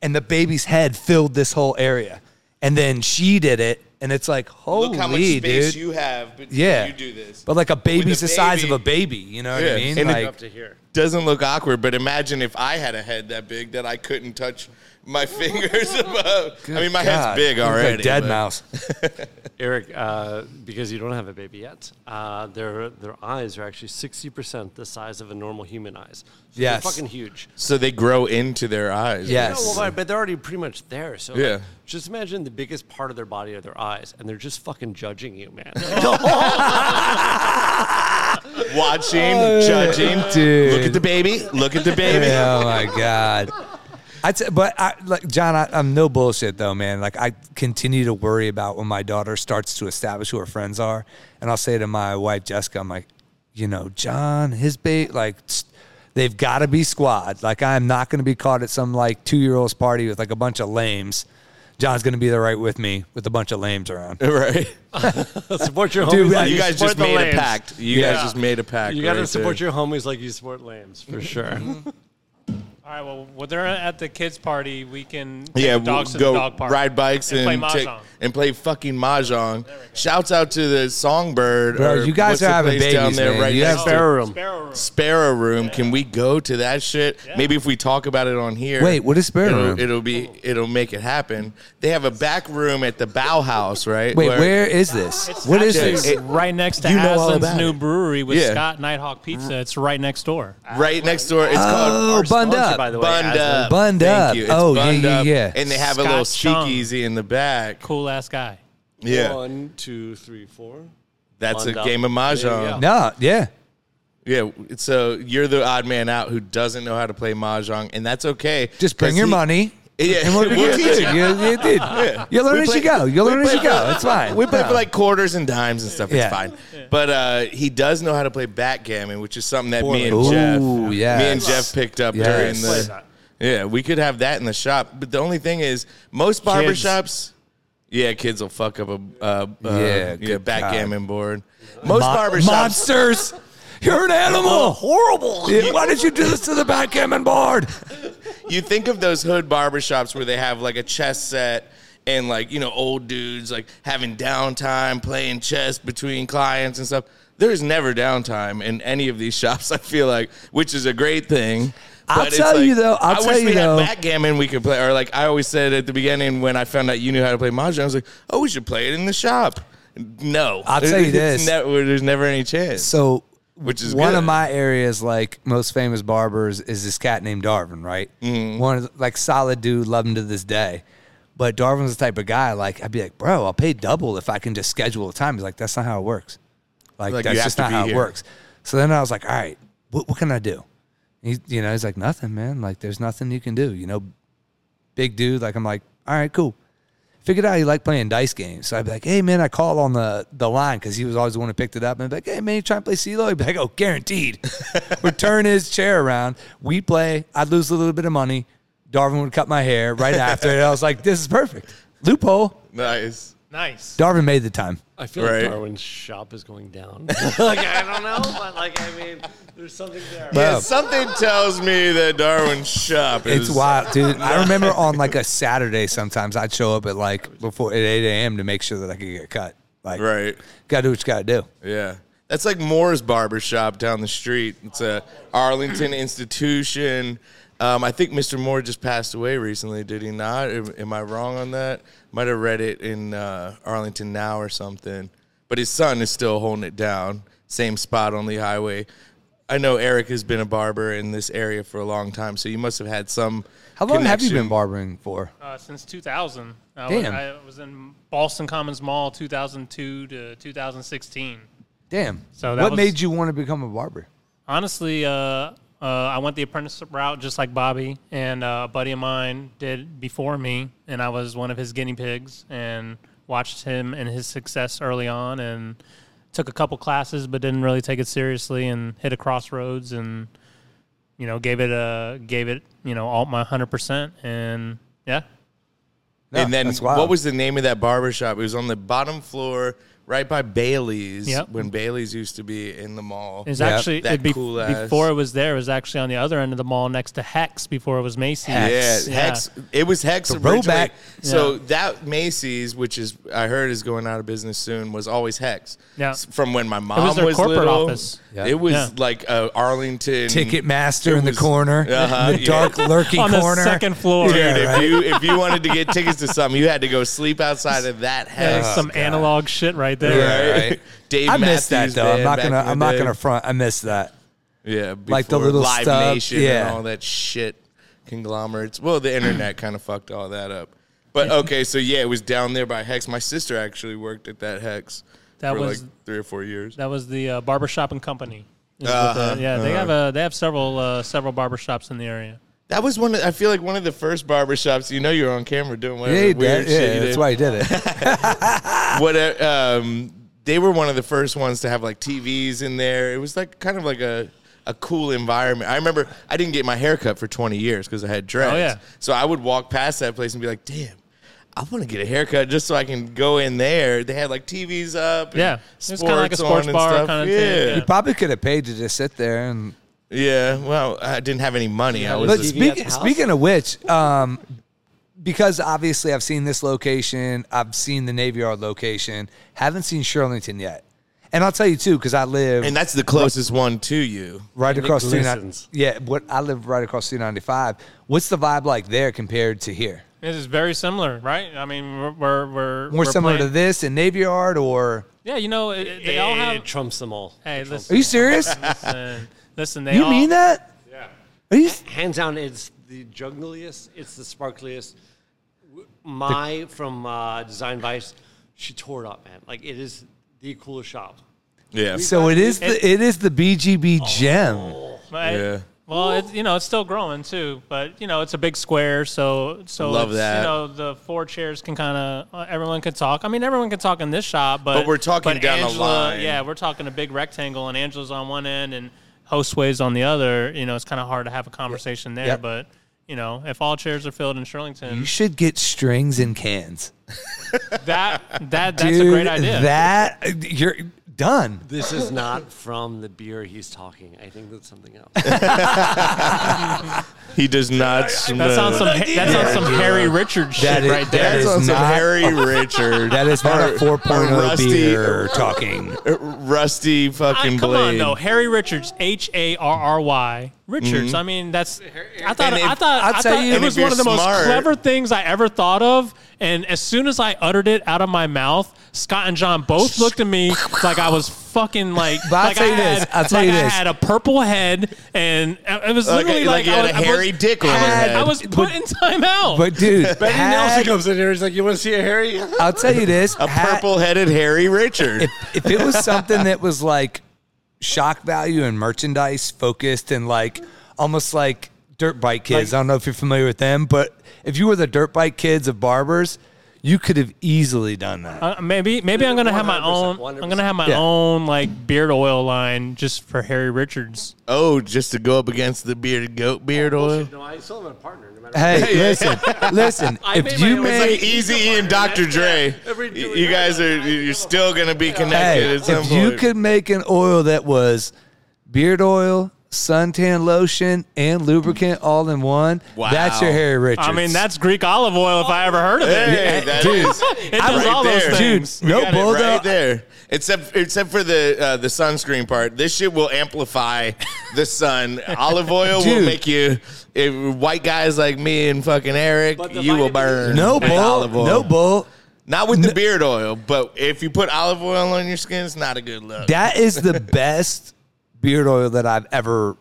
[SPEAKER 2] and the baby's head filled this whole area. And then she did it, and it's like, holy,
[SPEAKER 3] Look how much
[SPEAKER 2] dude.
[SPEAKER 3] space you have. But
[SPEAKER 2] yeah,
[SPEAKER 3] you do this.
[SPEAKER 2] But like a baby's
[SPEAKER 3] a
[SPEAKER 2] the size of
[SPEAKER 3] baby-
[SPEAKER 2] a baby. You know what
[SPEAKER 3] Yeah.
[SPEAKER 2] I mean?
[SPEAKER 3] And it-
[SPEAKER 2] like,
[SPEAKER 1] to here.
[SPEAKER 3] doesn't look awkward, but imagine if I had a head that big that I couldn't touch my fingers above. I mean,
[SPEAKER 2] God,
[SPEAKER 3] my head's big
[SPEAKER 2] you look like
[SPEAKER 3] already.
[SPEAKER 2] dead
[SPEAKER 3] but-
[SPEAKER 2] mouse.
[SPEAKER 1] Eric, uh, because you don't have a baby yet, uh, their their eyes are actually sixty percent the size of a normal human eyes. So
[SPEAKER 2] Yes.
[SPEAKER 1] they're fucking huge.
[SPEAKER 3] So they grow into their eyes.
[SPEAKER 2] Yeah.
[SPEAKER 1] No,
[SPEAKER 2] Yes.
[SPEAKER 1] well, but- but they're already pretty much there. So like,
[SPEAKER 3] Yeah.
[SPEAKER 1] just imagine the biggest part of their body are their eyes, and they're just fucking judging you, man.
[SPEAKER 3] Watching,
[SPEAKER 2] Oh,
[SPEAKER 3] judging.
[SPEAKER 2] dude.
[SPEAKER 3] Look at the baby. Look at the baby.
[SPEAKER 2] oh my god. I t- but I like John. I, I'm no bullshit though, man. Like I continue to worry about when my daughter starts to establish who her friends are, and I'll say to my wife Jessica, I'm like, you know, John, his bait, like s- they've got to be squad. Like I'm not going to be caught at some like two year old's party with like a bunch of lames. John's going to be there right with me with a bunch of lames around.
[SPEAKER 3] Right.
[SPEAKER 1] support your homies.
[SPEAKER 2] Dude,
[SPEAKER 1] like
[SPEAKER 3] You guys
[SPEAKER 1] support
[SPEAKER 3] just
[SPEAKER 1] the
[SPEAKER 3] made
[SPEAKER 1] lambs.
[SPEAKER 3] a pact. You guys just made a pact.
[SPEAKER 1] You got to
[SPEAKER 3] right
[SPEAKER 1] support
[SPEAKER 3] there.
[SPEAKER 1] your homies like you support lambs for sure.
[SPEAKER 4] All right. Well, when they're at the kids' party, we can take
[SPEAKER 3] Yeah,
[SPEAKER 4] the dogs
[SPEAKER 3] we'll
[SPEAKER 4] to
[SPEAKER 3] go
[SPEAKER 4] the dog park.
[SPEAKER 3] ride bikes
[SPEAKER 4] and
[SPEAKER 3] and
[SPEAKER 4] play
[SPEAKER 3] take-
[SPEAKER 4] mahjong.
[SPEAKER 3] and play fucking mahjong. Shouts out to the Songbird.
[SPEAKER 2] Bro,
[SPEAKER 3] or
[SPEAKER 2] you guys
[SPEAKER 3] what's
[SPEAKER 2] are
[SPEAKER 3] the
[SPEAKER 2] having
[SPEAKER 3] place down
[SPEAKER 2] babies,
[SPEAKER 3] there
[SPEAKER 2] man.
[SPEAKER 3] right
[SPEAKER 2] You
[SPEAKER 3] next
[SPEAKER 2] have
[SPEAKER 3] to-
[SPEAKER 1] Sparrow room.
[SPEAKER 4] Sparrow room.
[SPEAKER 3] Sparrow Room. Can we go to that shit? Maybe if we talk about it on here.
[SPEAKER 2] Wait, what is Sparrow
[SPEAKER 3] it'll,
[SPEAKER 2] Room?
[SPEAKER 3] It'll be it'll make it happen. They have a back room at the Bauhaus, right?
[SPEAKER 2] Wait, where is this? What is
[SPEAKER 3] actually-
[SPEAKER 2] this?
[SPEAKER 3] it-
[SPEAKER 4] right next to
[SPEAKER 3] You know all
[SPEAKER 4] Aslan's
[SPEAKER 3] about
[SPEAKER 4] new
[SPEAKER 3] it.
[SPEAKER 4] brewery with
[SPEAKER 3] Yeah.
[SPEAKER 4] Scott Nighthawk Pizza. It's right next door.
[SPEAKER 3] right next door? It's
[SPEAKER 2] Oh,
[SPEAKER 3] called
[SPEAKER 2] bund
[SPEAKER 1] Sponsor,
[SPEAKER 2] up.
[SPEAKER 1] by the way.
[SPEAKER 3] Bund
[SPEAKER 1] Aslan.
[SPEAKER 3] Up.
[SPEAKER 2] Bund
[SPEAKER 3] Thank
[SPEAKER 2] Up.
[SPEAKER 3] you. It's
[SPEAKER 2] Oh, yeah,
[SPEAKER 3] Bund
[SPEAKER 2] yeah,
[SPEAKER 3] Up,
[SPEAKER 2] yeah.
[SPEAKER 3] And they have a
[SPEAKER 4] Scott
[SPEAKER 3] little
[SPEAKER 4] Chung.
[SPEAKER 3] speakeasy in the back.
[SPEAKER 4] Cool ass guy.
[SPEAKER 3] Yeah,
[SPEAKER 1] One, two, three, four.
[SPEAKER 3] that's a
[SPEAKER 1] Bund Up.
[SPEAKER 3] game of
[SPEAKER 1] There you go.
[SPEAKER 3] mahjong.
[SPEAKER 2] No, yeah.
[SPEAKER 3] Yeah, so you're the odd man out who doesn't know how to play mahjong, and that's okay.
[SPEAKER 2] Just bring
[SPEAKER 3] 'cause
[SPEAKER 2] your
[SPEAKER 3] he-
[SPEAKER 2] money.
[SPEAKER 3] Yeah,
[SPEAKER 2] And we'll be good,
[SPEAKER 3] we'll teach
[SPEAKER 2] dude.
[SPEAKER 3] you.
[SPEAKER 2] You, you, dude. you learn
[SPEAKER 3] We
[SPEAKER 2] as
[SPEAKER 3] play-
[SPEAKER 2] you go. You
[SPEAKER 3] we
[SPEAKER 2] learn as
[SPEAKER 3] play
[SPEAKER 2] you go. It's fine.
[SPEAKER 3] We play
[SPEAKER 2] No.
[SPEAKER 3] for like quarters and dimes and stuff.
[SPEAKER 2] Yeah.
[SPEAKER 3] It's fine. But uh, he does know how to play backgammon, which is something that me and
[SPEAKER 2] Ooh,
[SPEAKER 3] Jeff,
[SPEAKER 2] yes.
[SPEAKER 3] me and Jeff picked up
[SPEAKER 2] Yes.
[SPEAKER 3] during
[SPEAKER 2] Play
[SPEAKER 3] the.
[SPEAKER 1] that.
[SPEAKER 3] Yeah, we could have that in the shop. But the only thing is, most barbershops. Yeah, kids will fuck up a uh, uh,
[SPEAKER 2] Yeah,
[SPEAKER 3] yeah,
[SPEAKER 2] good
[SPEAKER 3] backgammon board. Most
[SPEAKER 2] Mo-
[SPEAKER 3] barbershops.
[SPEAKER 2] monsters. You're an animal.
[SPEAKER 1] Horrible.
[SPEAKER 2] Yeah, Why did you do this to the backgammon board?
[SPEAKER 3] you think of those hood barbershops where they have like a chess set and like you know old dudes like having downtime playing chess between clients and stuff there's never downtime in any of these shops i feel like which is a great thing
[SPEAKER 2] I'll
[SPEAKER 3] it's
[SPEAKER 2] tell you, though, I'll
[SPEAKER 3] I
[SPEAKER 2] tell
[SPEAKER 3] wish we
[SPEAKER 2] you, though.
[SPEAKER 3] had backgammon we could play. Or like I always said at the beginning when I found out you knew how to play mahjong, I was like, "Oh, we should play it in the shop." No,
[SPEAKER 2] I'll tell you
[SPEAKER 3] It's
[SPEAKER 2] this.
[SPEAKER 3] never- there's never any chance.
[SPEAKER 2] So,
[SPEAKER 3] Which is
[SPEAKER 2] one of
[SPEAKER 3] good.
[SPEAKER 2] my areas, like most famous barbers, is this cat named Darvin, right?
[SPEAKER 3] Mm-hmm.
[SPEAKER 2] One of the, like solid dude, love him to this day. But Darvin's the type of guy like I'd be like, bro, I'll pay double if I can just schedule a time. He's like, that's not how it works. Like,
[SPEAKER 3] Like, you
[SPEAKER 2] that's
[SPEAKER 3] have
[SPEAKER 2] just
[SPEAKER 3] to
[SPEAKER 2] not
[SPEAKER 3] be
[SPEAKER 2] how it
[SPEAKER 3] here.
[SPEAKER 2] works. So then I was like, all right, what, what can I do? He, you know, he's like, nothing, man. Like, there's nothing you can do. You know, big dude. Like, I'm like, all right, cool. Figured out he liked playing dice games. So I'd be like, hey, man, I call on the, the line because he was always the one who picked it up. And I'd be like, hey, man, you trying to play CeeLo? He'd be like, oh, guaranteed. would turn his chair around. We'd play. I'd lose a little bit of money. Darvin would cut my hair right after. and I was like, this is perfect. Loophole.
[SPEAKER 3] nice.
[SPEAKER 4] Nice.
[SPEAKER 2] Darvin made the time.
[SPEAKER 1] I feel
[SPEAKER 3] Right.
[SPEAKER 1] like Darwin's shop is going down. like I don't know, but like I mean, there's something there.
[SPEAKER 3] Yeah, something tells me that Darwin's shop is
[SPEAKER 2] It's wild, dude. I remember on like a Saturday sometimes I'd show up at like before at 8 a.m. to make sure that I could get cut. Like,
[SPEAKER 3] right.
[SPEAKER 2] gotta do what you gotta do.
[SPEAKER 3] Yeah. That's like Moore's barbershop down the street. It's a Arlington institution. Um, I think Mr. Moore just passed away recently, did he not? Am, am I wrong on that? Might have read it in uh, Arlington Now or something. But his son is still holding it down. Same spot on the highway. I know Eric has been a barber in this area for a long time, so you must have had some.
[SPEAKER 2] How long have you
[SPEAKER 3] connection.
[SPEAKER 2] been barbering for?
[SPEAKER 4] Uh, since 2000. I was,
[SPEAKER 2] Damn.
[SPEAKER 4] I was in Boston Commons Mall 2002 to 2016.
[SPEAKER 2] Damn.
[SPEAKER 4] So that
[SPEAKER 2] what
[SPEAKER 4] was-
[SPEAKER 2] made you want to become a barber?
[SPEAKER 4] Honestly, uh, uh, I went the apprenticeship route just like Bobby and uh, a buddy of mine did before me, and I was one of his guinea pigs and watched him and his success early on and took a couple classes but didn't really take it seriously and hit a crossroads and you know gave it a gave it you know all my 100% and yeah
[SPEAKER 2] No,
[SPEAKER 3] and then
[SPEAKER 2] that's wild.
[SPEAKER 3] what was the name of that barber shop? It was on the bottom floor right by Bailey's
[SPEAKER 4] Yep.
[SPEAKER 3] when Bailey's used to be in the mall.
[SPEAKER 4] It's
[SPEAKER 2] Yeah,
[SPEAKER 4] actually
[SPEAKER 3] that
[SPEAKER 4] it be,
[SPEAKER 3] cool ass.
[SPEAKER 4] before it was there. It was actually on the other end of the mall, next to Hex. Before it was Macy's.
[SPEAKER 3] Yeah, Hex. It was Hex originally.
[SPEAKER 2] Throwback.
[SPEAKER 3] So
[SPEAKER 4] Yeah.
[SPEAKER 3] that Macy's, which is I heard is going out of business soon, was always Hex.
[SPEAKER 4] Yeah.
[SPEAKER 3] S- From when my mom
[SPEAKER 4] was their corporate
[SPEAKER 3] little,
[SPEAKER 4] office.
[SPEAKER 2] Yeah.
[SPEAKER 3] It was
[SPEAKER 4] Yeah.
[SPEAKER 3] like a Arlington
[SPEAKER 2] Ticketmaster
[SPEAKER 3] It
[SPEAKER 2] in the
[SPEAKER 3] was-
[SPEAKER 2] corner,
[SPEAKER 3] Uh-huh,
[SPEAKER 2] in the
[SPEAKER 3] yeah.
[SPEAKER 2] dark lurking
[SPEAKER 4] on
[SPEAKER 2] corner.
[SPEAKER 4] the second floor.
[SPEAKER 3] Dude,
[SPEAKER 2] Yeah,
[SPEAKER 3] if
[SPEAKER 2] right.
[SPEAKER 3] you if you wanted to get tickets to something, you had to go sleep outside of that
[SPEAKER 4] That is
[SPEAKER 3] Hex.
[SPEAKER 4] some analog shit right there.
[SPEAKER 2] Yeah. right.
[SPEAKER 3] Dave
[SPEAKER 2] I missed that
[SPEAKER 3] Matthews
[SPEAKER 2] though. I'm
[SPEAKER 3] Band
[SPEAKER 2] not
[SPEAKER 3] back
[SPEAKER 2] gonna.
[SPEAKER 3] in the
[SPEAKER 2] I'm not
[SPEAKER 3] day.
[SPEAKER 2] gonna front. I missed that.
[SPEAKER 3] Yeah,
[SPEAKER 2] Like the
[SPEAKER 3] before
[SPEAKER 2] little
[SPEAKER 3] Live
[SPEAKER 2] stub,
[SPEAKER 3] Nation and
[SPEAKER 2] yeah.
[SPEAKER 3] all that shit conglomerates. Well, the internet kind of fucked all that up. But okay, so yeah, it was down there by Hex. My sister actually worked at that Hex
[SPEAKER 4] That
[SPEAKER 3] for
[SPEAKER 4] was-
[SPEAKER 3] like three or four years.
[SPEAKER 4] That was the uh, barbershop and company. is what
[SPEAKER 3] Uh-huh,
[SPEAKER 4] the- yeah, they have a they have several uh, several barbershops in the area.
[SPEAKER 3] That was one. Of, I feel like one of the first barbershops. You know, you're on camera doing whatever
[SPEAKER 2] Yeah, he
[SPEAKER 3] weird
[SPEAKER 2] did.
[SPEAKER 3] shit.
[SPEAKER 2] yeah
[SPEAKER 3] you
[SPEAKER 2] that's
[SPEAKER 3] did.
[SPEAKER 2] why he did it.
[SPEAKER 3] What uh, um, they were one of the first ones to have like TVs in there. It was like kind of like a. A cool environment. I remember I didn't get my hair cut for 20 years because I had dreads.
[SPEAKER 4] Oh, yeah.
[SPEAKER 3] So I would walk past that place and be like, damn, I want to get a haircut just so I can go in there. They had like TVs up. And
[SPEAKER 4] Yeah. It was kinda like a
[SPEAKER 3] on
[SPEAKER 4] sports
[SPEAKER 3] and
[SPEAKER 4] bar
[SPEAKER 3] stuff.
[SPEAKER 4] kinda
[SPEAKER 3] yeah.
[SPEAKER 4] thing, yeah.
[SPEAKER 2] Probably could have paid to just sit there and.
[SPEAKER 3] yeah. Well, I didn't have any money. I was
[SPEAKER 2] But
[SPEAKER 3] just,
[SPEAKER 2] speak,
[SPEAKER 5] at the house?
[SPEAKER 2] speaking of which, um, because obviously I've seen this location, I've seen the Navy Yard location, haven't seen Shirlington yet, and I'll tell you too because I live
[SPEAKER 3] and that's the closest one to you.
[SPEAKER 2] right
[SPEAKER 1] And it
[SPEAKER 2] across two ninety.
[SPEAKER 1] glistens.
[SPEAKER 2] Yeah, what I live right across two ninety five. What's the vibe like there compared to here?
[SPEAKER 4] It is very similar, right? I mean, we're we're, we're
[SPEAKER 2] More
[SPEAKER 4] we're
[SPEAKER 2] similar
[SPEAKER 4] playing-
[SPEAKER 2] to this in Navy Yard, or
[SPEAKER 4] Yeah, you know, it, it- they all
[SPEAKER 1] It
[SPEAKER 4] have.
[SPEAKER 1] trumps them all.
[SPEAKER 4] Hey,
[SPEAKER 2] are
[SPEAKER 4] listen,
[SPEAKER 2] you serious?
[SPEAKER 4] listen, listen, they
[SPEAKER 2] you
[SPEAKER 4] all-
[SPEAKER 2] mean that? Yeah. Are you?
[SPEAKER 1] Hands down, it's the jungliest. It's the sparkliest. W- My from uh, Design Vice, she tore it up, man. Like it is the coolest shop.
[SPEAKER 3] Yeah.
[SPEAKER 2] So it is the it is the
[SPEAKER 4] Oh.
[SPEAKER 2] BGB gem.
[SPEAKER 4] But-
[SPEAKER 3] Yeah.
[SPEAKER 4] Well, it's you know it's still growing too, but you know it's a big square, so so
[SPEAKER 3] Love
[SPEAKER 4] it's,
[SPEAKER 3] that.
[SPEAKER 4] You know the four chairs can kind of everyone can talk. I mean, everyone can talk in this shop, but
[SPEAKER 3] But we're talking
[SPEAKER 4] but
[SPEAKER 3] down the
[SPEAKER 4] Angela,
[SPEAKER 3] line.
[SPEAKER 4] Yeah, we're talking a big rectangle, and Angela's on one end and Hostway's on the other. You know, it's kind of hard to have a conversation there,
[SPEAKER 2] Yep.
[SPEAKER 4] but you know if all chairs are filled in Shirlington,
[SPEAKER 2] You should get strings and cans.
[SPEAKER 4] that that that's a great idea.
[SPEAKER 2] That you're done.
[SPEAKER 1] This is not from the beer he's talking. I think that's something else.
[SPEAKER 3] He does not smell.
[SPEAKER 4] that's on some that's on some Harry Richards shit
[SPEAKER 2] That is-
[SPEAKER 4] right there.
[SPEAKER 2] that
[SPEAKER 3] That's
[SPEAKER 2] is
[SPEAKER 3] on some
[SPEAKER 2] not-
[SPEAKER 3] Harry Richard.
[SPEAKER 2] That is not a 4.0
[SPEAKER 3] rusty-
[SPEAKER 2] beer talking.
[SPEAKER 3] rusty
[SPEAKER 4] I-
[SPEAKER 1] Ah,
[SPEAKER 3] fucking
[SPEAKER 4] Uh, come
[SPEAKER 3] blade. Mm-hmm.
[SPEAKER 4] on, though. Harry Richards, H A R R Y Richards. I mean, that's. I thought.
[SPEAKER 3] And if-
[SPEAKER 4] I thought.
[SPEAKER 2] I'll
[SPEAKER 4] I
[SPEAKER 2] tell
[SPEAKER 4] thought
[SPEAKER 2] you-
[SPEAKER 4] it
[SPEAKER 2] and
[SPEAKER 4] was
[SPEAKER 3] if you're
[SPEAKER 4] one of the
[SPEAKER 3] smart-
[SPEAKER 4] most clever things I ever thought of. And as soon as I uttered it out of my mouth, Scott and John both looked at me like I was fucking like.
[SPEAKER 2] But I'll
[SPEAKER 4] like
[SPEAKER 2] tell you
[SPEAKER 4] I
[SPEAKER 2] this,
[SPEAKER 4] Had,
[SPEAKER 2] I'll tell you
[SPEAKER 4] like I
[SPEAKER 2] this.
[SPEAKER 4] had a purple head, and it was
[SPEAKER 3] Like,
[SPEAKER 4] literally
[SPEAKER 3] like
[SPEAKER 4] like,
[SPEAKER 3] you
[SPEAKER 4] I
[SPEAKER 3] had
[SPEAKER 4] was,
[SPEAKER 3] a hairy
[SPEAKER 4] I was,
[SPEAKER 3] dick on your head.
[SPEAKER 4] I was put in timeout.
[SPEAKER 2] But dude, had-
[SPEAKER 1] comes in here. He's like, "You want to see a Harry?"
[SPEAKER 2] I'll tell you this:
[SPEAKER 3] a
[SPEAKER 2] had-
[SPEAKER 3] purple-headed Harry Richard.
[SPEAKER 2] If it was something that was like shock value and merchandise focused, and like almost like dirt bike kids, I don't know if you're familiar with them, but if you were the dirt bike kids of barbers, you could have easily done that.
[SPEAKER 4] Uh, maybe maybe I'm gonna have my
[SPEAKER 1] 100%,
[SPEAKER 4] own.
[SPEAKER 1] 100%.
[SPEAKER 4] I'm gonna have my
[SPEAKER 2] Yeah.
[SPEAKER 4] own like beard oil line just for Harry Richards.
[SPEAKER 3] oh, just to go up against the bearded goat beard oil.
[SPEAKER 1] No, I still have a partner. No matter.
[SPEAKER 2] Hey, listen, listen.
[SPEAKER 1] I made
[SPEAKER 2] If
[SPEAKER 1] my
[SPEAKER 2] you
[SPEAKER 1] own-
[SPEAKER 2] made
[SPEAKER 1] It's
[SPEAKER 3] Like Easy and Dr. Dre.
[SPEAKER 1] Every-
[SPEAKER 3] You guys are you're still gonna be connected
[SPEAKER 2] Hey,
[SPEAKER 3] at some
[SPEAKER 2] if
[SPEAKER 3] point.
[SPEAKER 2] you could make an oil that was beard oil, suntan lotion, and lubricant all in one,
[SPEAKER 3] Wow.
[SPEAKER 2] that's your Harry Richards.
[SPEAKER 4] I mean, that's Greek olive oil if I ever heard of it.
[SPEAKER 3] Hey, that is-
[SPEAKER 4] It does
[SPEAKER 3] right
[SPEAKER 4] all those
[SPEAKER 3] there.
[SPEAKER 4] things.
[SPEAKER 3] We
[SPEAKER 2] No
[SPEAKER 3] got it
[SPEAKER 2] bull, though.
[SPEAKER 3] right there. Except except for the uh, the sunscreen part. This shit will amplify the sun. Olive oil will
[SPEAKER 2] Dude.
[SPEAKER 3] make you if white guys like me and fucking Eric,
[SPEAKER 1] But the
[SPEAKER 3] you will
[SPEAKER 1] vitamin-
[SPEAKER 3] burn.
[SPEAKER 2] no
[SPEAKER 3] with
[SPEAKER 2] bull,
[SPEAKER 3] olive oil.
[SPEAKER 2] no bull.
[SPEAKER 3] Not with the beard oil, but if you put olive oil on your skin, it's not a good look.
[SPEAKER 2] That is the best beard oil that I've ever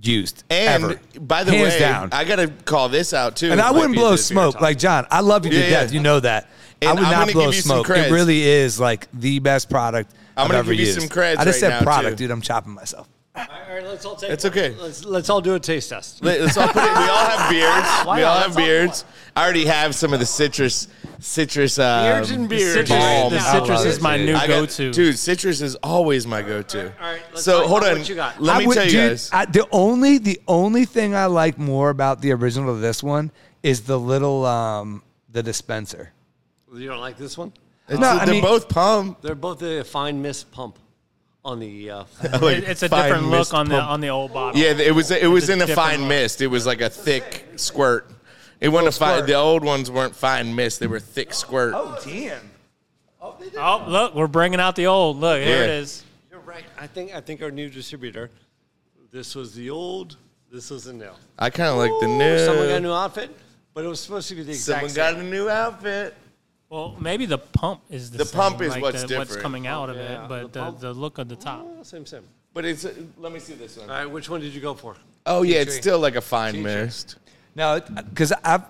[SPEAKER 2] used.
[SPEAKER 3] and
[SPEAKER 2] ever.
[SPEAKER 3] by the
[SPEAKER 2] Hands
[SPEAKER 3] way,
[SPEAKER 2] down.
[SPEAKER 3] I gotta call this out too.
[SPEAKER 2] and I
[SPEAKER 3] Might
[SPEAKER 2] wouldn't
[SPEAKER 3] be
[SPEAKER 2] blow
[SPEAKER 3] this beer
[SPEAKER 2] smoke.
[SPEAKER 3] talk.
[SPEAKER 2] Like John, I love you
[SPEAKER 3] Yeah,
[SPEAKER 2] to
[SPEAKER 3] yeah.
[SPEAKER 2] death. You know that.
[SPEAKER 3] And
[SPEAKER 2] I would
[SPEAKER 3] I'm
[SPEAKER 2] not
[SPEAKER 3] gonna
[SPEAKER 2] blow
[SPEAKER 3] give you some
[SPEAKER 2] smoke. It
[SPEAKER 3] creds.
[SPEAKER 2] really is like the best product
[SPEAKER 3] I'm
[SPEAKER 2] have
[SPEAKER 3] gonna
[SPEAKER 2] ever
[SPEAKER 3] give you
[SPEAKER 2] used.
[SPEAKER 3] some creds
[SPEAKER 2] I just
[SPEAKER 3] right
[SPEAKER 2] said
[SPEAKER 3] now,
[SPEAKER 2] product,
[SPEAKER 3] too.
[SPEAKER 2] dude. I'm chopping myself.
[SPEAKER 1] All right, let's all take.
[SPEAKER 3] It's okay.
[SPEAKER 1] Let's let's all do a taste test.
[SPEAKER 3] Let- Let's all put it. We all have beards.
[SPEAKER 1] Why
[SPEAKER 3] we
[SPEAKER 1] not?
[SPEAKER 3] all have
[SPEAKER 1] That's all
[SPEAKER 3] beards. I already have some of the citrus, citrus. Um,
[SPEAKER 1] Beards and beers.
[SPEAKER 4] Citrus,
[SPEAKER 3] Balm.
[SPEAKER 4] the
[SPEAKER 3] I
[SPEAKER 4] citrus
[SPEAKER 2] love
[SPEAKER 4] is
[SPEAKER 2] it,
[SPEAKER 4] my
[SPEAKER 2] dude.
[SPEAKER 4] new
[SPEAKER 3] I got-
[SPEAKER 4] go-to.
[SPEAKER 3] dude. Citrus is always my go-to.
[SPEAKER 1] all right, let's
[SPEAKER 3] so
[SPEAKER 1] talk
[SPEAKER 3] hold
[SPEAKER 1] about
[SPEAKER 3] on.
[SPEAKER 1] what you got.
[SPEAKER 3] Let
[SPEAKER 2] I
[SPEAKER 3] me
[SPEAKER 2] would-
[SPEAKER 3] tell you
[SPEAKER 2] dude,
[SPEAKER 3] guys.
[SPEAKER 2] I, the only the only thing I like more about the original of this one is the little um the dispenser.
[SPEAKER 1] You don't like this one?
[SPEAKER 3] It's-
[SPEAKER 2] No, I
[SPEAKER 3] they're
[SPEAKER 2] mean-
[SPEAKER 3] both pump.
[SPEAKER 1] They're both a fine miss pump on the. Uh,
[SPEAKER 3] Like,
[SPEAKER 4] It- it's a
[SPEAKER 3] fine
[SPEAKER 4] different look
[SPEAKER 3] mist
[SPEAKER 4] on the
[SPEAKER 3] pump.
[SPEAKER 4] on the old bottle.
[SPEAKER 3] Yeah, it was it was
[SPEAKER 4] a
[SPEAKER 3] in a
[SPEAKER 4] different
[SPEAKER 3] fine
[SPEAKER 4] look.
[SPEAKER 3] mist. It was like a thick squirt. It wasn't a fine.
[SPEAKER 2] squirt.
[SPEAKER 3] The old ones weren't fine mist. They were thick squirt.
[SPEAKER 2] Oh damn!
[SPEAKER 4] Oh, look, we're bringing out the old. Look, here it
[SPEAKER 3] Yeah.
[SPEAKER 4] is.
[SPEAKER 1] You're right. I think I think our new distributor. This was the old. This was the new.
[SPEAKER 2] Uh,
[SPEAKER 3] I kind of like the
[SPEAKER 1] Someone got a
[SPEAKER 3] new.
[SPEAKER 1] new outfit, but it was supposed to be the exact
[SPEAKER 3] Someone
[SPEAKER 1] same.
[SPEAKER 3] got a new outfit.
[SPEAKER 4] Well, maybe the pump is the,
[SPEAKER 3] The
[SPEAKER 4] same,
[SPEAKER 3] pump is
[SPEAKER 4] like
[SPEAKER 3] what's
[SPEAKER 4] the, What's
[SPEAKER 3] different.
[SPEAKER 4] coming out of
[SPEAKER 1] Yeah,
[SPEAKER 4] it,
[SPEAKER 1] the
[SPEAKER 4] but the,
[SPEAKER 1] pump-
[SPEAKER 4] the, look of the top.
[SPEAKER 1] Oh, same, same.
[SPEAKER 3] But it's let me see this one.
[SPEAKER 1] All right, which one did you go for?
[SPEAKER 3] Oh yeah, it's still like a fine mist.
[SPEAKER 2] No, because uh, I've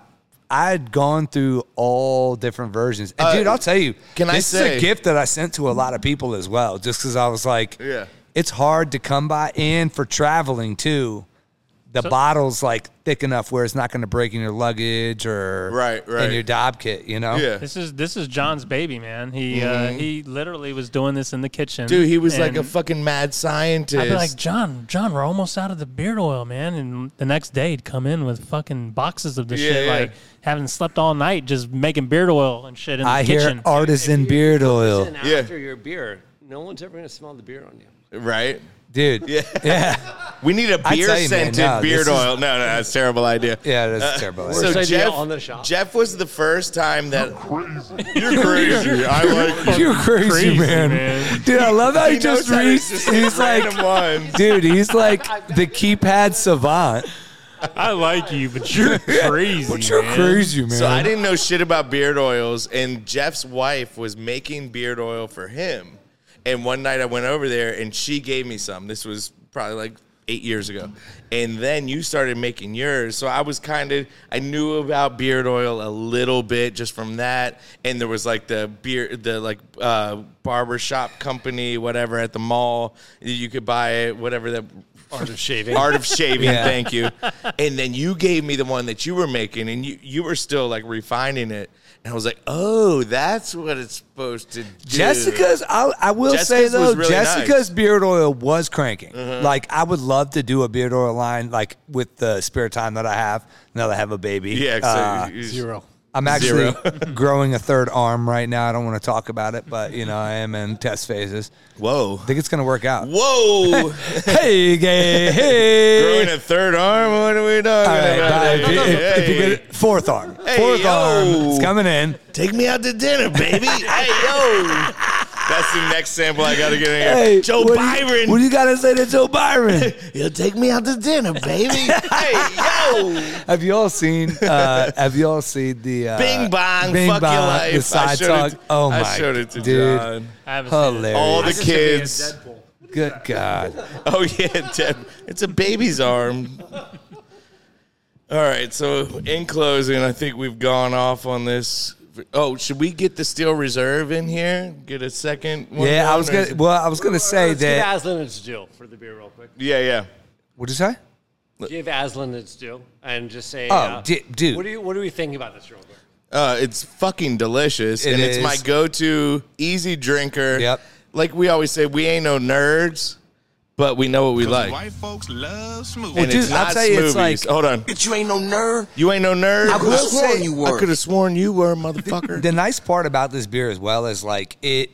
[SPEAKER 2] I had gone through all different versions, and dude, I'll tell you,
[SPEAKER 3] Uh, can I
[SPEAKER 2] this is
[SPEAKER 3] say-
[SPEAKER 2] a gift that I sent to a lot of people as well, just because I was like,
[SPEAKER 3] Yeah.
[SPEAKER 2] it's hard to come by, and for traveling too, the bottle's like thick enough where it's not going to break in your luggage or
[SPEAKER 3] Right, right.
[SPEAKER 2] in your dob kit, you know?
[SPEAKER 3] Yeah, Mm-hmm.
[SPEAKER 4] This is this is John's baby, man. He uh, he literally was doing this in the kitchen.
[SPEAKER 3] dude, he was like a
[SPEAKER 4] and
[SPEAKER 3] fucking mad scientist.
[SPEAKER 4] I'd be like, John, John, we're almost out of the beard oil, man. And the next day, he'd come in with fucking boxes of this
[SPEAKER 3] Yeah,
[SPEAKER 4] shit,
[SPEAKER 3] yeah.
[SPEAKER 4] like having slept all night, just making beard oil and shit in
[SPEAKER 2] I
[SPEAKER 4] the
[SPEAKER 2] hear
[SPEAKER 4] kitchen.
[SPEAKER 2] artisan beard oil,
[SPEAKER 1] And
[SPEAKER 3] Yeah.
[SPEAKER 1] after your beer, no one's ever gonna smell the beer on you.
[SPEAKER 3] right?
[SPEAKER 2] dude. Yeah, yeah,
[SPEAKER 3] We need a
[SPEAKER 2] I tell you,
[SPEAKER 3] beer
[SPEAKER 2] man,
[SPEAKER 3] scented
[SPEAKER 2] no, this
[SPEAKER 3] beard
[SPEAKER 2] is-
[SPEAKER 3] oil. No, no, that's a terrible idea.
[SPEAKER 2] that's terrible.
[SPEAKER 1] Worst
[SPEAKER 3] Uh, So
[SPEAKER 1] idea
[SPEAKER 3] Jeff,
[SPEAKER 1] on the shop.
[SPEAKER 3] Jeff was the first time that you're crazy. I like
[SPEAKER 2] You're crazy, man. Dude, I love how he,
[SPEAKER 3] knows
[SPEAKER 2] just
[SPEAKER 3] how to
[SPEAKER 2] reached.
[SPEAKER 3] just
[SPEAKER 2] he's like,
[SPEAKER 3] random ones.
[SPEAKER 2] dude, he's like the keypad savant.
[SPEAKER 4] I like you, but you're crazy.
[SPEAKER 2] But you're
[SPEAKER 4] man.
[SPEAKER 2] crazy, man.
[SPEAKER 3] So I didn't know shit about beard oils, and Jeff's wife was making beard oil for him. And one night I went over there, and she gave me some. This was probably like eight years ago. And then you started making yours, so I was kind of I knew about beard oil a little bit just from that. And there was like the beer, the like uh, barber shop company, whatever at the mall you could buy it, whatever that
[SPEAKER 1] Art of shaving.
[SPEAKER 3] Art of shaving,
[SPEAKER 2] Yeah.
[SPEAKER 3] thank you. And then you gave me the one that you were making, and you, you were still like refining it. And I was like, oh, that's what it's supposed to do.
[SPEAKER 2] Jessica's, I, I will say
[SPEAKER 3] Jessica's was
[SPEAKER 2] though,
[SPEAKER 3] really Uh-huh.
[SPEAKER 2] Jessica's beard oil was cranking. Like, I would love to do a beard oil line, like with the spare time that I have now that I have a baby.
[SPEAKER 3] Yeah, so
[SPEAKER 2] Uh,
[SPEAKER 3] you- you-
[SPEAKER 1] Zero.
[SPEAKER 2] I'm actually growing a third arm right now. I don't want to talk about it, but you know, I am in test phases.
[SPEAKER 3] Whoa.
[SPEAKER 2] I think it's going to work out.
[SPEAKER 3] Whoa.
[SPEAKER 2] hey, gay, hey.
[SPEAKER 3] Growing a third arm? What are we talking
[SPEAKER 2] All right,
[SPEAKER 3] about?
[SPEAKER 2] bye. If you-
[SPEAKER 3] Hey,
[SPEAKER 2] if- if you could- fourth arm. fourth
[SPEAKER 3] yo.
[SPEAKER 2] arm. It's coming in.
[SPEAKER 3] Take me out to dinner, baby. hey, yo. That's the next sample I got to get in here.
[SPEAKER 2] Hey,
[SPEAKER 3] Joe
[SPEAKER 2] what do you-
[SPEAKER 3] Byron.
[SPEAKER 2] what do you got to say to Joe Byron?
[SPEAKER 3] He'll take me out to dinner, baby. hey, yo.
[SPEAKER 2] Have you all seen? Uh, have you all seen the uh,
[SPEAKER 3] Bing bong, fuck your life.
[SPEAKER 2] The side
[SPEAKER 3] showed
[SPEAKER 2] talk.
[SPEAKER 3] It, to-
[SPEAKER 2] oh my
[SPEAKER 3] I showed it to
[SPEAKER 2] dude,
[SPEAKER 3] John.
[SPEAKER 4] I haven't seen it.
[SPEAKER 2] hilarious!
[SPEAKER 3] All the kids.
[SPEAKER 1] Deadpool.
[SPEAKER 2] Good God,
[SPEAKER 3] Oh yeah, Deb. It's a baby's arm. All right. So in closing, I think we've gone off on this. Oh, should we get the steel reserve in here? Get a second. One
[SPEAKER 2] yeah. I
[SPEAKER 3] going,
[SPEAKER 2] was
[SPEAKER 3] or is
[SPEAKER 2] gonna.
[SPEAKER 3] it-
[SPEAKER 2] Well, I was gonna say
[SPEAKER 1] Let's give
[SPEAKER 2] that.
[SPEAKER 1] Aslan its due for the beer, real quick.
[SPEAKER 3] Yeah, yeah.
[SPEAKER 2] What'd you say?
[SPEAKER 1] Give Aslan its due and just say,
[SPEAKER 2] Oh,
[SPEAKER 1] uh,
[SPEAKER 2] di- dude.
[SPEAKER 1] what do you what do we think about this, real quick?
[SPEAKER 3] Uh, it's fucking delicious,
[SPEAKER 2] It
[SPEAKER 3] and it's
[SPEAKER 2] is.
[SPEAKER 3] my go-to easy drinker.
[SPEAKER 2] Yep.
[SPEAKER 3] Like we always say, we ain't no nerds, but we know what we like.
[SPEAKER 7] White folks love smooth.
[SPEAKER 3] and
[SPEAKER 2] dude,
[SPEAKER 3] it's
[SPEAKER 2] I'll
[SPEAKER 3] not
[SPEAKER 2] tell you, it's
[SPEAKER 3] smoothies.
[SPEAKER 2] like-
[SPEAKER 3] Hold on.
[SPEAKER 6] But you ain't no nerd.
[SPEAKER 3] You ain't no nerd.
[SPEAKER 6] I could've sworn you were.
[SPEAKER 3] I could have sworn you were, motherfucker.
[SPEAKER 2] The nice part about this beer, as well, is like it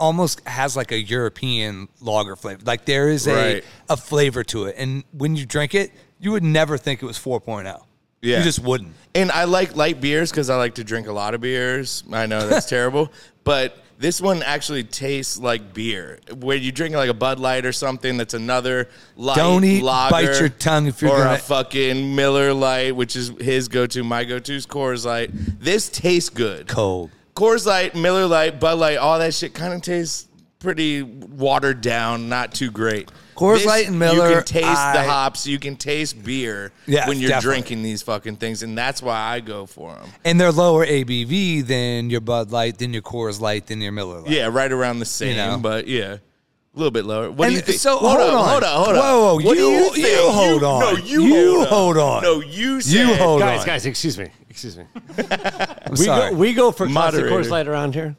[SPEAKER 2] almost has like a European lager flavor. Like there is a
[SPEAKER 3] Right.
[SPEAKER 2] a flavor to it, and when you drink it, you would never think it was 4.0.
[SPEAKER 3] Yeah.
[SPEAKER 2] you just wouldn't.
[SPEAKER 3] and I like light beers because I like to drink a lot of beers. I know that's terrible, but this one actually tastes like beer. Where you drink like a Bud Light or something, that's another light
[SPEAKER 2] Don't eat-
[SPEAKER 3] lager,
[SPEAKER 2] bite your tongue if you're
[SPEAKER 3] or
[SPEAKER 2] gonna-
[SPEAKER 3] a fucking Miller Light, which is his go-to. My go-to is Coors Light. This tastes good.
[SPEAKER 2] Cold.
[SPEAKER 3] Coors Light, Miller Light, Bud Light, all that shit kind of tastes pretty watered down, not too great.
[SPEAKER 2] Coors Light and Miller,
[SPEAKER 3] You can taste the
[SPEAKER 2] I-
[SPEAKER 3] hops, you can taste beer
[SPEAKER 2] Yeah,
[SPEAKER 3] when you're
[SPEAKER 2] definitely.
[SPEAKER 3] drinking these fucking things, and that's why I go for them.
[SPEAKER 2] And they're lower ABV than your Bud Light, than your Coors Light, than your Miller Light.
[SPEAKER 3] Yeah, right around the same,
[SPEAKER 2] know.
[SPEAKER 3] but yeah. A little bit lower. What do
[SPEAKER 2] And
[SPEAKER 3] you think?
[SPEAKER 2] so, hold
[SPEAKER 3] up,
[SPEAKER 2] on.
[SPEAKER 3] Hold on, hold on.
[SPEAKER 2] Whoa, whoa,
[SPEAKER 3] What do
[SPEAKER 2] you-
[SPEAKER 3] think?
[SPEAKER 2] you hold on.
[SPEAKER 3] No, you,
[SPEAKER 2] You
[SPEAKER 3] hold,
[SPEAKER 2] hold
[SPEAKER 3] on.
[SPEAKER 2] on.
[SPEAKER 3] No, you said.
[SPEAKER 2] You hold
[SPEAKER 1] guys,
[SPEAKER 2] on.
[SPEAKER 1] guys, excuse me, excuse me.
[SPEAKER 2] I'm
[SPEAKER 1] We
[SPEAKER 2] sorry.
[SPEAKER 1] go, we go for classic
[SPEAKER 3] Moderator.
[SPEAKER 1] Coors Light around here.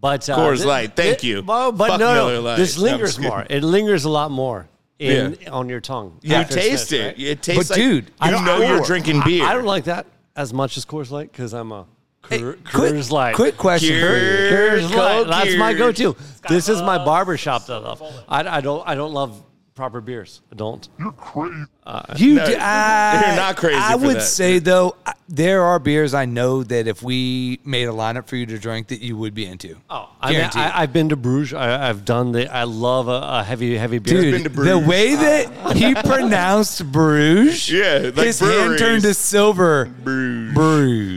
[SPEAKER 1] But uh,
[SPEAKER 3] Coors
[SPEAKER 1] thi-
[SPEAKER 3] Light, thank
[SPEAKER 1] thi-
[SPEAKER 3] you.
[SPEAKER 1] Well, but
[SPEAKER 3] Fuck
[SPEAKER 1] no,
[SPEAKER 3] Miller
[SPEAKER 1] no,
[SPEAKER 3] Lite.
[SPEAKER 1] this
[SPEAKER 3] No, I'm
[SPEAKER 1] lingers
[SPEAKER 3] just kidding.
[SPEAKER 1] more. It lingers a lot more in on your tongue.
[SPEAKER 3] You
[SPEAKER 1] after it's
[SPEAKER 3] taste
[SPEAKER 1] finished,
[SPEAKER 3] it.
[SPEAKER 1] right?
[SPEAKER 3] It tastes
[SPEAKER 2] But
[SPEAKER 3] like
[SPEAKER 2] dude,
[SPEAKER 3] you
[SPEAKER 2] I
[SPEAKER 3] know
[SPEAKER 2] don't- I
[SPEAKER 3] you're
[SPEAKER 2] don't-
[SPEAKER 3] drinking beer.
[SPEAKER 1] I, I don't like that as much as Coors Light because I'm a Coor-
[SPEAKER 2] Quick-
[SPEAKER 1] Coors Light.
[SPEAKER 2] Quick question for you.
[SPEAKER 1] Coors Light.
[SPEAKER 3] Go
[SPEAKER 1] That's my
[SPEAKER 3] Coors.
[SPEAKER 1] go-to. This is my
[SPEAKER 4] loves
[SPEAKER 1] barber shop that I love.
[SPEAKER 4] Silver Bullet.
[SPEAKER 1] I, I don't. I don't love proper beers. I don't.
[SPEAKER 2] You,
[SPEAKER 3] No,
[SPEAKER 2] d- I,
[SPEAKER 3] you're not crazy
[SPEAKER 2] I
[SPEAKER 3] for
[SPEAKER 2] would
[SPEAKER 3] that.
[SPEAKER 2] say though, I- there are beers I know that if we made a lineup for you to drink, that you would be into.
[SPEAKER 1] Oh, I mean,
[SPEAKER 2] Guaranteed.
[SPEAKER 1] I, I've been to Bruges. I, I've done the. I love a, a heavy, heavy beer.
[SPEAKER 2] Dude,
[SPEAKER 3] to
[SPEAKER 2] the
[SPEAKER 3] Bruges.
[SPEAKER 2] way that he pronounced Bruges,
[SPEAKER 3] Yeah, like
[SPEAKER 2] his hand turned to
[SPEAKER 3] breweries.
[SPEAKER 2] silver.
[SPEAKER 3] Bruges.
[SPEAKER 2] Bruges.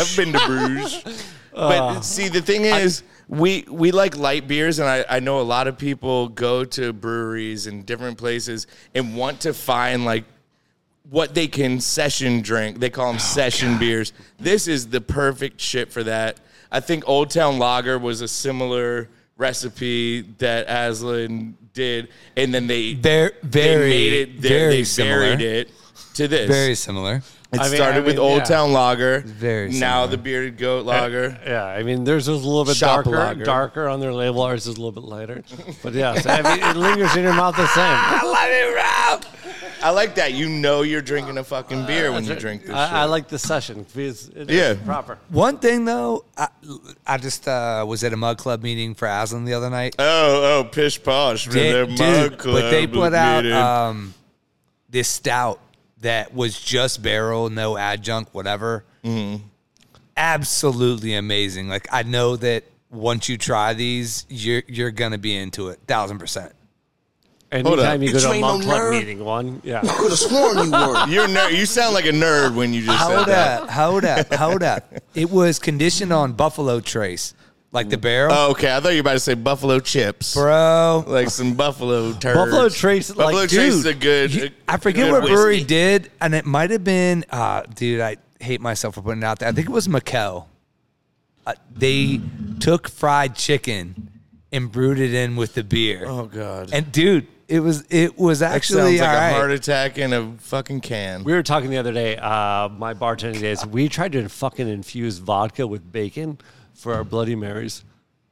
[SPEAKER 3] I've been to Bruges.
[SPEAKER 2] Ah.
[SPEAKER 3] but see, the thing is, we we like light beers, and I, I know a lot of people go to breweries and different places and want to find like what they can session drink. They
[SPEAKER 2] Oh,
[SPEAKER 3] call them session beers. This is the perfect shit for that. I think Old Town Lager was a similar recipe that Aslan did, and then they
[SPEAKER 2] Ver- very,
[SPEAKER 3] they made it they,
[SPEAKER 2] very
[SPEAKER 3] they
[SPEAKER 2] similar.
[SPEAKER 3] buried it to this.
[SPEAKER 2] Very similar.
[SPEAKER 3] It
[SPEAKER 1] I mean-
[SPEAKER 3] started
[SPEAKER 1] I
[SPEAKER 3] with
[SPEAKER 1] mean,
[SPEAKER 3] Old
[SPEAKER 1] yeah.
[SPEAKER 3] Town Lager.
[SPEAKER 2] Very
[SPEAKER 3] now
[SPEAKER 2] similar.
[SPEAKER 3] the Bearded Goat Lager.
[SPEAKER 1] Yeah, I mean, theirs is a little bit
[SPEAKER 3] Shop
[SPEAKER 1] darker,
[SPEAKER 3] lager.
[SPEAKER 1] darker on their label. Ours is a little bit lighter. But yes, I mean, it lingers in your mouth the same.
[SPEAKER 3] I love it, Rob. I like that. You know you're drinking a fucking beer when you drink this. shit.
[SPEAKER 1] I, I like the session because it's
[SPEAKER 3] Yeah.
[SPEAKER 1] proper.
[SPEAKER 2] One thing though, I, I just uh, was at a mug club meeting for Aslan the other night.
[SPEAKER 3] Oh, oh, pish posh. with
[SPEAKER 2] They-
[SPEAKER 3] their mug
[SPEAKER 2] dude, but they
[SPEAKER 3] club
[SPEAKER 2] put out
[SPEAKER 3] meeting.
[SPEAKER 2] um, this stout that was just barrel, no adjunct, whatever.
[SPEAKER 3] Mm-hmm.
[SPEAKER 2] Absolutely amazing. Like I know that once you try these, you're you're gonna be into it, thousand percent.
[SPEAKER 3] up.
[SPEAKER 1] Anytime you go
[SPEAKER 7] You
[SPEAKER 1] to a
[SPEAKER 7] ain't no
[SPEAKER 1] monk club
[SPEAKER 7] nerd.
[SPEAKER 1] meeting, one, yeah.
[SPEAKER 7] Could have sworn you were.
[SPEAKER 3] You're ner- you sound like a nerd when you just said
[SPEAKER 2] Hold
[SPEAKER 3] that.
[SPEAKER 2] up, hold up, hold up. It was conditioned on Buffalo Trace, like the barrel,
[SPEAKER 3] Oh, okay, I thought you were about to say buffalo chips.
[SPEAKER 2] bro.
[SPEAKER 3] Like some buffalo turds.
[SPEAKER 1] Buffalo Trace, like,
[SPEAKER 3] Buffalo Trace is a good.
[SPEAKER 2] You-
[SPEAKER 3] a
[SPEAKER 2] I forget
[SPEAKER 3] good
[SPEAKER 2] what
[SPEAKER 3] whiskey.
[SPEAKER 2] brewery did, and it might have been, uh, dude. I hate myself for putting it out there. I think it was Mikkel. Uh, they took fried chicken and brewed it in with the beer.
[SPEAKER 3] Oh God,
[SPEAKER 2] And dude, it was it was
[SPEAKER 3] that
[SPEAKER 2] actually
[SPEAKER 3] sounds like
[SPEAKER 2] all right.
[SPEAKER 3] a heart attack in a fucking can.
[SPEAKER 1] We were talking the other day, uh, my bartending days, we tried to fucking infuse vodka with bacon for our Bloody Marys.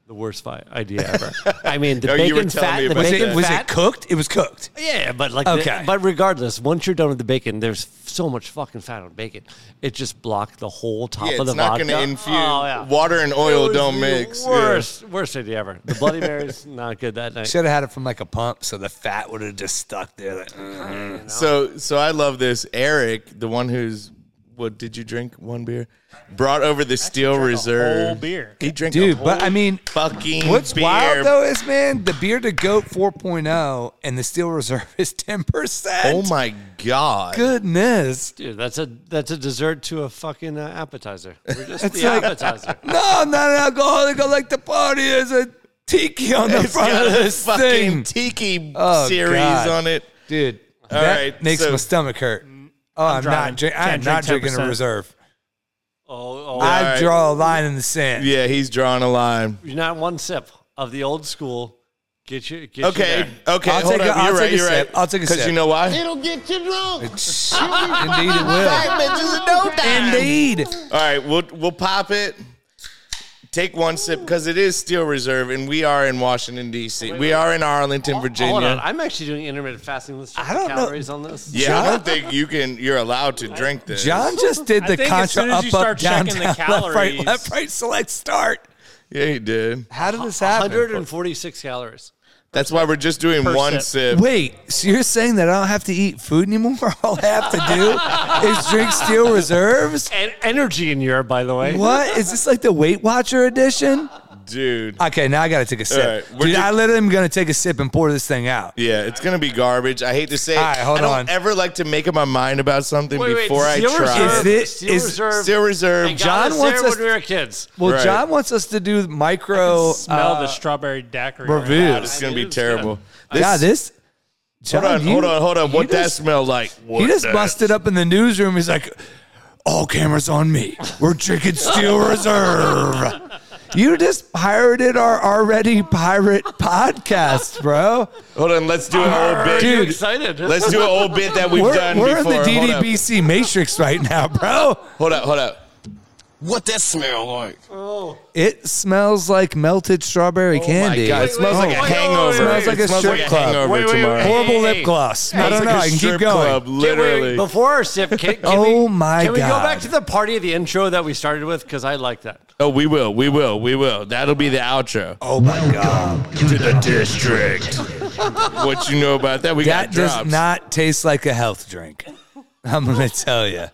[SPEAKER 1] The worst fi- idea ever. I mean, the
[SPEAKER 3] Oh, you were
[SPEAKER 1] bacon
[SPEAKER 3] telling me
[SPEAKER 1] fat, the
[SPEAKER 3] about
[SPEAKER 2] was
[SPEAKER 1] bacon
[SPEAKER 2] it,
[SPEAKER 3] that.
[SPEAKER 2] was
[SPEAKER 1] fat.
[SPEAKER 2] it cooked? It was cooked.
[SPEAKER 1] Yeah, but like,
[SPEAKER 2] Okay.
[SPEAKER 1] the, but regardless, once you're done with the bacon, there's f- so much fucking fat on bacon. It just blocked the whole top
[SPEAKER 3] Yeah,
[SPEAKER 1] of the
[SPEAKER 3] it's not
[SPEAKER 1] vodka.
[SPEAKER 3] going to infuse.
[SPEAKER 1] Oh, yeah.
[SPEAKER 3] Water and
[SPEAKER 1] It
[SPEAKER 3] oil
[SPEAKER 1] was
[SPEAKER 3] don't
[SPEAKER 1] the
[SPEAKER 3] mix. Yeah.
[SPEAKER 1] Worst, worst idea ever. The Bloody Mary's not good that night.
[SPEAKER 2] Should have had it from like a pump, so the fat would have just stuck there. Like, mm.
[SPEAKER 3] So so I love this. Eric, the one who's what did you drink? One beer? Brought over the steel reserve.
[SPEAKER 4] whole beer.
[SPEAKER 3] He drank a
[SPEAKER 2] Dude,
[SPEAKER 3] whole
[SPEAKER 2] but I mean,
[SPEAKER 3] fucking
[SPEAKER 2] What's
[SPEAKER 3] beer.
[SPEAKER 2] wild though is man, the beer to goat 4.0 and the steel reserve is 10%.
[SPEAKER 3] Oh my god.
[SPEAKER 2] goodness.
[SPEAKER 1] Dude, that's a that's a dessert to a fucking uh, appetizer. We're just
[SPEAKER 2] It's
[SPEAKER 1] the
[SPEAKER 2] like-
[SPEAKER 1] appetizer.
[SPEAKER 2] No, I'm not an alcoholic. I like the party. There's a tiki on the
[SPEAKER 3] It's
[SPEAKER 2] front
[SPEAKER 3] got
[SPEAKER 2] of
[SPEAKER 3] a
[SPEAKER 2] this thing.
[SPEAKER 3] fucking tiki
[SPEAKER 2] Oh,
[SPEAKER 3] series
[SPEAKER 2] God.
[SPEAKER 3] on it.
[SPEAKER 2] Dude,
[SPEAKER 3] All
[SPEAKER 2] that
[SPEAKER 3] right,
[SPEAKER 2] makes
[SPEAKER 3] so-
[SPEAKER 2] my stomach hurt. Oh, I'm, not,
[SPEAKER 4] driving.
[SPEAKER 2] drink- I'm
[SPEAKER 4] Mm, Can't
[SPEAKER 2] not
[SPEAKER 4] drink
[SPEAKER 2] drinking a
[SPEAKER 4] 10%.
[SPEAKER 2] reserve.
[SPEAKER 1] Oh, oh
[SPEAKER 2] I
[SPEAKER 3] right.
[SPEAKER 2] draw a line in the sand.
[SPEAKER 3] Yeah, he's drawing a line.
[SPEAKER 1] you're not one sip of the old school. Get you get You
[SPEAKER 3] Okay,
[SPEAKER 1] there.
[SPEAKER 3] okay,
[SPEAKER 2] I'll
[SPEAKER 3] hold
[SPEAKER 2] take a-
[SPEAKER 3] up.
[SPEAKER 2] I'll
[SPEAKER 3] you're
[SPEAKER 2] take
[SPEAKER 3] right,
[SPEAKER 2] a
[SPEAKER 3] you're
[SPEAKER 2] sip.
[SPEAKER 3] right.
[SPEAKER 2] I'll take a
[SPEAKER 3] Because
[SPEAKER 2] sip.
[SPEAKER 3] you know why?
[SPEAKER 7] It'll get you drunk.
[SPEAKER 2] Indeed, it will.
[SPEAKER 7] bitches no
[SPEAKER 2] Indeed.
[SPEAKER 3] All right, we'll we'll pop it. Take one sip because it is steel reserve, and we are in Washington D.C. We are in Arlington, Virginia.
[SPEAKER 1] Hold on, I'm actually doing intermittent fasting. Let's check
[SPEAKER 2] I
[SPEAKER 1] the
[SPEAKER 2] don't know.
[SPEAKER 1] calories on this.
[SPEAKER 3] Yeah,
[SPEAKER 2] John-
[SPEAKER 3] I don't think you can. You're allowed to drink this.
[SPEAKER 2] John just did
[SPEAKER 4] I
[SPEAKER 2] the
[SPEAKER 4] think as
[SPEAKER 2] contra
[SPEAKER 4] soon as
[SPEAKER 2] up,
[SPEAKER 4] you
[SPEAKER 2] up,
[SPEAKER 4] start
[SPEAKER 2] down,
[SPEAKER 4] checking the
[SPEAKER 2] down, left, right,
[SPEAKER 4] calories-
[SPEAKER 2] left, right, select, start.
[SPEAKER 3] yeah, he did.
[SPEAKER 2] How did this happen?
[SPEAKER 1] 146 calories.
[SPEAKER 3] That's why we're just doing
[SPEAKER 4] Per
[SPEAKER 3] one
[SPEAKER 4] sip.
[SPEAKER 3] sip.
[SPEAKER 2] Wait, so you're saying that I don't have to eat food anymore? All I have to do is drink steel reserves?
[SPEAKER 1] And energy in Europe, by the way.
[SPEAKER 2] What? Is this like the Weight Watcher edition?
[SPEAKER 3] dude.
[SPEAKER 2] Okay, now I gotta take a sip.
[SPEAKER 3] right, we're
[SPEAKER 2] Dude,
[SPEAKER 3] ju-
[SPEAKER 2] I literally am gonna take a sip and pour this thing out.
[SPEAKER 3] yeah, it's gonna be garbage. I hate to say. it.
[SPEAKER 2] All right, hold
[SPEAKER 3] I don't
[SPEAKER 2] on.
[SPEAKER 3] ever like to make up my mind about something
[SPEAKER 1] Wait, wait,
[SPEAKER 3] before I
[SPEAKER 1] Steel
[SPEAKER 3] try.
[SPEAKER 2] Reserve-
[SPEAKER 1] Reserve,
[SPEAKER 3] it.
[SPEAKER 2] it-
[SPEAKER 1] Steel
[SPEAKER 2] is-
[SPEAKER 1] Reserve.
[SPEAKER 3] Steel Reserve.
[SPEAKER 1] and John
[SPEAKER 2] John wants
[SPEAKER 1] wants
[SPEAKER 2] us-
[SPEAKER 1] when we were kids.
[SPEAKER 2] Well,
[SPEAKER 3] Right.
[SPEAKER 2] John wants us to do micro.
[SPEAKER 4] Smell
[SPEAKER 2] uh,
[SPEAKER 4] the strawberry daiquiri.
[SPEAKER 2] reviews.
[SPEAKER 4] Right now.
[SPEAKER 3] It's gonna be
[SPEAKER 1] It's
[SPEAKER 3] terrible. This,
[SPEAKER 2] yeah, this. John,
[SPEAKER 3] hold on,
[SPEAKER 2] you-
[SPEAKER 3] hold on, hold on.
[SPEAKER 2] you
[SPEAKER 3] What that
[SPEAKER 2] just-
[SPEAKER 3] smell like?
[SPEAKER 2] He
[SPEAKER 3] What
[SPEAKER 2] just
[SPEAKER 3] that-
[SPEAKER 2] busted up in the newsroom. He's like, all cameras on me. We're drinking Steel Reserve. You just pirated our already pirate podcast, bro.
[SPEAKER 3] Hold on, let's do an old bit.
[SPEAKER 1] I'm
[SPEAKER 2] Dude,
[SPEAKER 1] excited.
[SPEAKER 3] Let's do an old bit that we've
[SPEAKER 2] we're,
[SPEAKER 3] done
[SPEAKER 2] we're in
[SPEAKER 3] before.
[SPEAKER 2] the
[SPEAKER 3] Hold up.
[SPEAKER 2] DDBC matrix right now, bro.
[SPEAKER 3] Hold up, hold up.
[SPEAKER 6] What that smell like?
[SPEAKER 2] It smells like melted strawberry candy.
[SPEAKER 3] Oh My God, it smells like a
[SPEAKER 1] wait, wait,
[SPEAKER 3] hangover.
[SPEAKER 1] wait, wait,
[SPEAKER 2] Smells like a
[SPEAKER 3] it smells
[SPEAKER 2] strip
[SPEAKER 3] like a
[SPEAKER 2] club.
[SPEAKER 3] hangover
[SPEAKER 1] Wait, wait, wait.
[SPEAKER 3] tomorrow.
[SPEAKER 1] Hey,
[SPEAKER 2] Horrible
[SPEAKER 1] hey, hey.
[SPEAKER 2] lip gloss. I don't
[SPEAKER 3] It's
[SPEAKER 2] know.
[SPEAKER 3] like a
[SPEAKER 2] I can keep
[SPEAKER 3] strip
[SPEAKER 2] going.
[SPEAKER 3] Club,
[SPEAKER 1] Can we-
[SPEAKER 3] literally.
[SPEAKER 1] before our sip, can, can
[SPEAKER 2] Oh
[SPEAKER 1] we,
[SPEAKER 2] my
[SPEAKER 1] Can we go
[SPEAKER 2] God.
[SPEAKER 1] back to the party of the intro that we started with? Because I like that.
[SPEAKER 3] oh, we will. We will. We will. That'll be the outro.
[SPEAKER 2] Oh my god,
[SPEAKER 3] to the district. what you know about that? We
[SPEAKER 2] that
[SPEAKER 3] got
[SPEAKER 2] does
[SPEAKER 3] drops.
[SPEAKER 2] not taste like a health drink. I'm gonna tell you.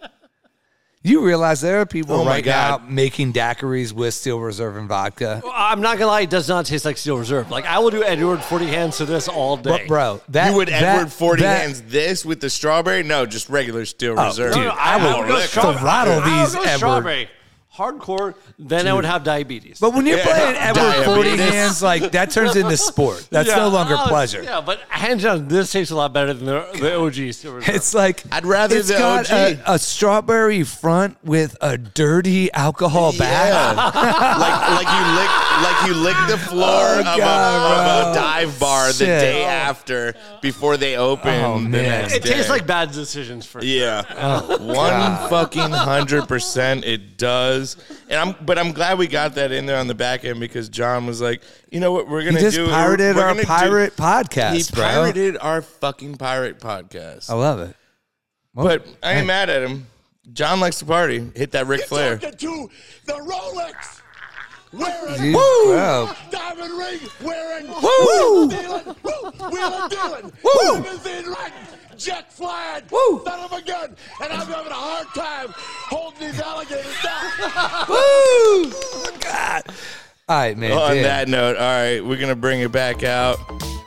[SPEAKER 2] You realize there are people
[SPEAKER 3] Oh my
[SPEAKER 2] right now
[SPEAKER 3] God.
[SPEAKER 2] making daiquiris with Steel Reserve and vodka.
[SPEAKER 1] I'm not gonna lie, it does not taste like Steel Reserve. Like I will do Edward Forty Hands to this all day,
[SPEAKER 2] But bro, that
[SPEAKER 3] you would
[SPEAKER 2] that,
[SPEAKER 3] Edward Forty
[SPEAKER 2] that- Oh,
[SPEAKER 3] hands this with the strawberry? No, just regular Steel Reserve.
[SPEAKER 1] No, no, I,
[SPEAKER 3] will
[SPEAKER 1] I would go
[SPEAKER 3] lick
[SPEAKER 1] strawberry.
[SPEAKER 2] throttle
[SPEAKER 1] I would
[SPEAKER 2] these
[SPEAKER 1] go
[SPEAKER 2] Edward.
[SPEAKER 1] strawberry, hardcore. Then I would have diabetes.
[SPEAKER 2] But when you're
[SPEAKER 3] Yeah.
[SPEAKER 2] playing Edward Forty
[SPEAKER 3] Diabetes.
[SPEAKER 2] Hands, like that turns into sport. That's
[SPEAKER 1] Yeah.
[SPEAKER 2] no longer
[SPEAKER 1] Oh,
[SPEAKER 2] pleasure.
[SPEAKER 1] Yeah, but hands down, this tastes a lot better than the, the OG Steel Reserve.
[SPEAKER 2] It's like
[SPEAKER 3] I'd rather
[SPEAKER 2] it's
[SPEAKER 3] the
[SPEAKER 2] got
[SPEAKER 3] OG.
[SPEAKER 2] a, a strawberry front with a dirty alcohol
[SPEAKER 3] Yeah.
[SPEAKER 2] back.
[SPEAKER 3] like like you lick like you lick the floor
[SPEAKER 2] Oh,
[SPEAKER 3] of, a-
[SPEAKER 2] God,
[SPEAKER 3] of a,
[SPEAKER 2] bro.
[SPEAKER 3] dive bar the
[SPEAKER 2] Shit.
[SPEAKER 3] day after before they open.
[SPEAKER 2] Oh,
[SPEAKER 3] the
[SPEAKER 2] man.
[SPEAKER 3] next
[SPEAKER 1] it tastes
[SPEAKER 3] day.
[SPEAKER 1] like bad decisions for you.
[SPEAKER 3] Yeah,
[SPEAKER 2] Oh,
[SPEAKER 3] one fucking hundred percent it does, and I'm but I'm glad we got that in there on the back end because John was like, you know what, we're
[SPEAKER 2] He
[SPEAKER 3] gonna
[SPEAKER 2] just
[SPEAKER 3] do
[SPEAKER 2] pirated
[SPEAKER 3] we're
[SPEAKER 2] our
[SPEAKER 3] gonna do-
[SPEAKER 2] pirate
[SPEAKER 3] He
[SPEAKER 2] podcast, bro. Oh,
[SPEAKER 3] pirated our fucking pirate podcast.
[SPEAKER 2] I love it.
[SPEAKER 3] But I ain't
[SPEAKER 2] hey.
[SPEAKER 3] mad at him. John likes to party. Hit that Ric Flair.
[SPEAKER 6] Talking to the Rolex. Wearing
[SPEAKER 2] Dude, bro.
[SPEAKER 6] diamond ring. Wearing
[SPEAKER 2] Woo!
[SPEAKER 6] Dealing, woo, wheeling, dealing,
[SPEAKER 2] Woo!
[SPEAKER 6] limousine riding, jet flying,
[SPEAKER 2] Woo!
[SPEAKER 6] son of a gun, and I'm having a hard time holding these alligators down.
[SPEAKER 2] Woo! Oh, God. All right, man.
[SPEAKER 3] On
[SPEAKER 2] damn.
[SPEAKER 3] that note, all right, we're gonna bring it back out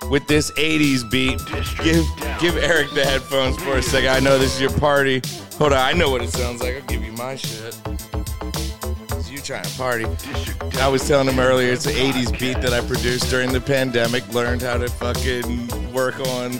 [SPEAKER 3] with this '80s beat. Give give Eric the headphones for a second. I know this is your party. Hold on, I know what it sounds like. I'll give you my shit. It's You trying to party? I was telling him earlier. It's an '80s beat that I produced during the pandemic. Learned how to fucking work on.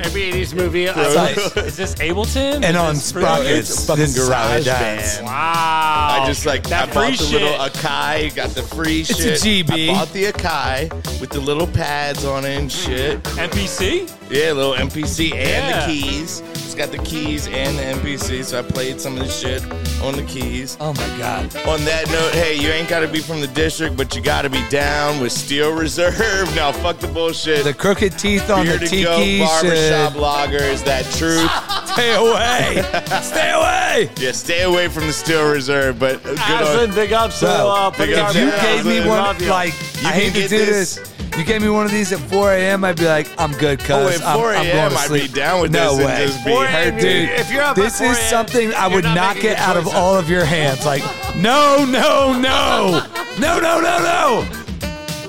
[SPEAKER 1] Every '80s movie, I,
[SPEAKER 2] It's like-
[SPEAKER 4] Is this Ableton?
[SPEAKER 2] and on
[SPEAKER 3] it's
[SPEAKER 2] sprockets,
[SPEAKER 3] a fucking
[SPEAKER 2] this is how it
[SPEAKER 3] garage
[SPEAKER 2] dies.
[SPEAKER 3] band.
[SPEAKER 1] wow,
[SPEAKER 3] I just like
[SPEAKER 4] That
[SPEAKER 3] I bought
[SPEAKER 4] free
[SPEAKER 3] the
[SPEAKER 4] shit.
[SPEAKER 3] little Akai, got the free
[SPEAKER 2] a
[SPEAKER 3] shit.
[SPEAKER 2] GB.
[SPEAKER 3] I bought the Akai with the little pads on it and shit.
[SPEAKER 2] uh,
[SPEAKER 4] MPC?
[SPEAKER 3] Yeah, little MPC and
[SPEAKER 4] Yeah.
[SPEAKER 3] the keys. It's got the keys and the MPC, so I played some of the shit on the keys.
[SPEAKER 2] Oh my god.
[SPEAKER 3] On that note, hey, you ain't gotta be from the district, but you gotta be down with Steel Reserve. Now fuck the bullshit.
[SPEAKER 2] The crooked teeth on
[SPEAKER 3] Beer
[SPEAKER 2] the
[SPEAKER 3] to go
[SPEAKER 2] tiki
[SPEAKER 3] barbershop
[SPEAKER 2] should
[SPEAKER 3] logger is that truth.
[SPEAKER 2] stay away. stay away.
[SPEAKER 3] yeah, stay away from the Steel Reserve, but uh, good on-
[SPEAKER 1] Aslan, big up. So,
[SPEAKER 2] So,
[SPEAKER 1] uh, put
[SPEAKER 3] big
[SPEAKER 1] it
[SPEAKER 3] up
[SPEAKER 1] on
[SPEAKER 2] If
[SPEAKER 3] to
[SPEAKER 2] you
[SPEAKER 1] there.
[SPEAKER 3] Yeah,
[SPEAKER 2] gave me
[SPEAKER 3] Aslan,
[SPEAKER 2] one
[SPEAKER 1] love you.
[SPEAKER 2] like
[SPEAKER 3] You
[SPEAKER 2] I hate
[SPEAKER 3] can
[SPEAKER 2] to
[SPEAKER 3] get
[SPEAKER 2] do
[SPEAKER 3] this.
[SPEAKER 2] this. You gave me one of these at 4 a.m. I'd be like, I'm good, cuz.
[SPEAKER 3] Oh, at
[SPEAKER 2] I'm,
[SPEAKER 3] 4
[SPEAKER 2] I'm
[SPEAKER 3] a.m.,
[SPEAKER 2] going to
[SPEAKER 3] I'd be
[SPEAKER 2] sleep.
[SPEAKER 3] down with
[SPEAKER 2] no
[SPEAKER 3] this and
[SPEAKER 2] way.
[SPEAKER 3] just be 4
[SPEAKER 1] a.m.,
[SPEAKER 2] hurt, dude.
[SPEAKER 1] if you're up at
[SPEAKER 2] this
[SPEAKER 1] 4
[SPEAKER 2] is
[SPEAKER 1] a.m.,
[SPEAKER 2] something I
[SPEAKER 1] you're
[SPEAKER 2] would
[SPEAKER 1] not
[SPEAKER 2] not
[SPEAKER 1] making
[SPEAKER 2] get
[SPEAKER 1] good
[SPEAKER 2] out of
[SPEAKER 1] choices.
[SPEAKER 2] all of your hands. Like, no, no, no, no, no, no, no.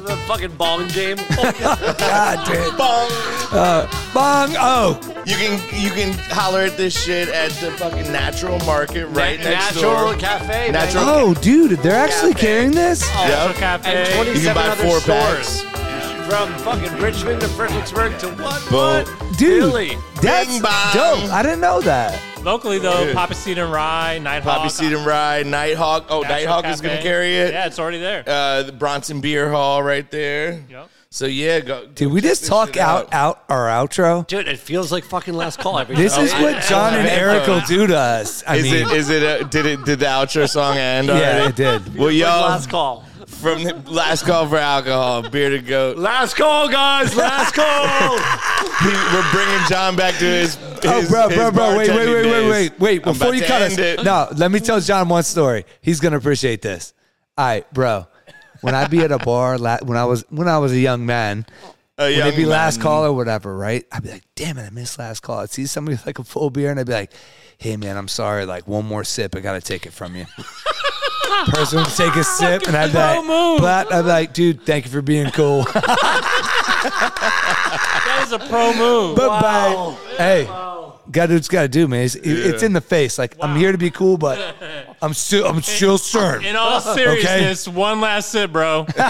[SPEAKER 1] the fucking balling game.
[SPEAKER 2] God, dude.
[SPEAKER 3] Bong.
[SPEAKER 2] Bong. Oh,
[SPEAKER 3] You can you can holler at this shit at the fucking natural market right next
[SPEAKER 1] Natural
[SPEAKER 3] door.
[SPEAKER 1] Cafe.
[SPEAKER 3] Natural-
[SPEAKER 2] oh, dude. They're actually
[SPEAKER 3] Yeah, man. Oh,
[SPEAKER 2] carrying this.
[SPEAKER 4] Natural
[SPEAKER 1] And
[SPEAKER 4] Cafe.
[SPEAKER 1] 20
[SPEAKER 3] You can buy
[SPEAKER 1] Seven
[SPEAKER 3] four
[SPEAKER 1] other
[SPEAKER 3] packs.
[SPEAKER 1] from fucking Richmond to Fredericksburg to what?
[SPEAKER 3] Boom.
[SPEAKER 1] what?
[SPEAKER 2] Dude,
[SPEAKER 1] Philly.
[SPEAKER 2] that's
[SPEAKER 3] Bing bong.
[SPEAKER 2] dope. I didn't know that.
[SPEAKER 4] Locally, though,
[SPEAKER 3] Dude.
[SPEAKER 4] Papa Seed and Rye, Nighthawk.
[SPEAKER 3] Poppy Seed and Rye, Nighthawk. Oh,
[SPEAKER 4] Natural
[SPEAKER 3] Nighthawk is
[SPEAKER 4] Cafe.
[SPEAKER 3] gonna carry it.
[SPEAKER 4] Yeah, it's already there.
[SPEAKER 3] Uh, the Bronson Beer Hall right there.
[SPEAKER 4] Yep.
[SPEAKER 3] So yeah, go.
[SPEAKER 2] Did we just talk out, out our outro?
[SPEAKER 1] Dude, it feels like fucking last call every
[SPEAKER 2] This
[SPEAKER 3] Oh,
[SPEAKER 1] time.
[SPEAKER 2] is what John and Eric will do to us. I
[SPEAKER 3] Is
[SPEAKER 2] mean,
[SPEAKER 3] it is it a, did it did the outro song end already?
[SPEAKER 2] yeah, it did.
[SPEAKER 3] Well, y'all
[SPEAKER 1] Last call.
[SPEAKER 3] from the last call for alcohol, beer to goat.
[SPEAKER 1] Last call, guys. Last call.
[SPEAKER 3] He- We're bringing John back to his. his
[SPEAKER 2] Oh, bro,
[SPEAKER 3] his
[SPEAKER 2] bro, bro! Wait, wait,
[SPEAKER 3] bartending
[SPEAKER 2] wait, wait,
[SPEAKER 3] days.
[SPEAKER 2] wait, wait!
[SPEAKER 3] I'm
[SPEAKER 2] Before
[SPEAKER 3] about
[SPEAKER 2] you
[SPEAKER 3] to
[SPEAKER 2] cut us,
[SPEAKER 3] end it.
[SPEAKER 2] no, let me tell John one story. He's gonna appreciate this. All right, bro. When I be at a bar, la- when I was when I was a young man,
[SPEAKER 3] A
[SPEAKER 2] when
[SPEAKER 3] young
[SPEAKER 2] it'd be last
[SPEAKER 3] man.
[SPEAKER 2] call or whatever, right? I'd be like, damn it, I missed last call. I'd see somebody with like a full beer, and I'd be like, hey man, I'm sorry. Like one more sip, I gotta take it from you. Person would take a sip, and I'd be like, but I'd be like, dude, thank you for being cool.
[SPEAKER 4] that is a pro move.
[SPEAKER 2] But by hey, gotta do what you gotta do, man. It's, it- it's in the face. Like I'm here to be cool, but I'm still I'm still stern.
[SPEAKER 4] In all seriousness, one last sip, bro.
[SPEAKER 1] Now,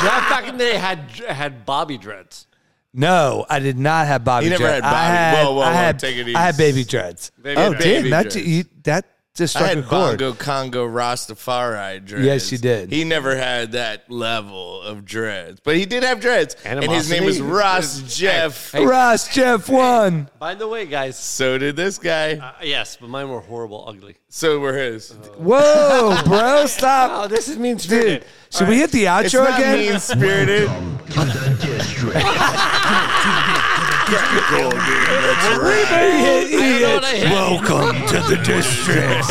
[SPEAKER 1] Jeff back in the day had had Bobby dreads.
[SPEAKER 2] No, I did not have Bobby.
[SPEAKER 3] You never
[SPEAKER 2] dreads.
[SPEAKER 3] had Bobby.
[SPEAKER 2] I had,
[SPEAKER 3] Whoa, whoa,
[SPEAKER 2] I
[SPEAKER 3] whoa,
[SPEAKER 2] had,
[SPEAKER 3] take it
[SPEAKER 2] I had
[SPEAKER 3] easy.
[SPEAKER 2] baby dreads.
[SPEAKER 3] Baby
[SPEAKER 2] oh,
[SPEAKER 3] dreads.
[SPEAKER 2] damn,
[SPEAKER 3] Baby
[SPEAKER 2] that,
[SPEAKER 3] dreads.
[SPEAKER 2] you- that Just
[SPEAKER 3] I
[SPEAKER 2] struck a
[SPEAKER 3] had
[SPEAKER 2] chord.
[SPEAKER 3] Bongo Congo Rastafari dreads.
[SPEAKER 2] Yes, you did.
[SPEAKER 3] He never had that level of dreads, but he did have dreads, and his name was
[SPEAKER 1] Animosity.
[SPEAKER 3] Ross Jeff.
[SPEAKER 2] Ross Jeff one.
[SPEAKER 1] By the way, guys.
[SPEAKER 3] So did this guy.
[SPEAKER 1] Uh, yes, but mine were horrible, ugly.
[SPEAKER 3] So were his.
[SPEAKER 2] Whoa, bro, stop.
[SPEAKER 1] Oh, this is mean
[SPEAKER 2] Dude,
[SPEAKER 1] spirited.
[SPEAKER 2] should we hit the
[SPEAKER 3] It's
[SPEAKER 2] outro
[SPEAKER 3] not
[SPEAKER 2] again?
[SPEAKER 3] mean spirited.
[SPEAKER 2] E.
[SPEAKER 1] I don't know what I hit.
[SPEAKER 2] Welcome to the district.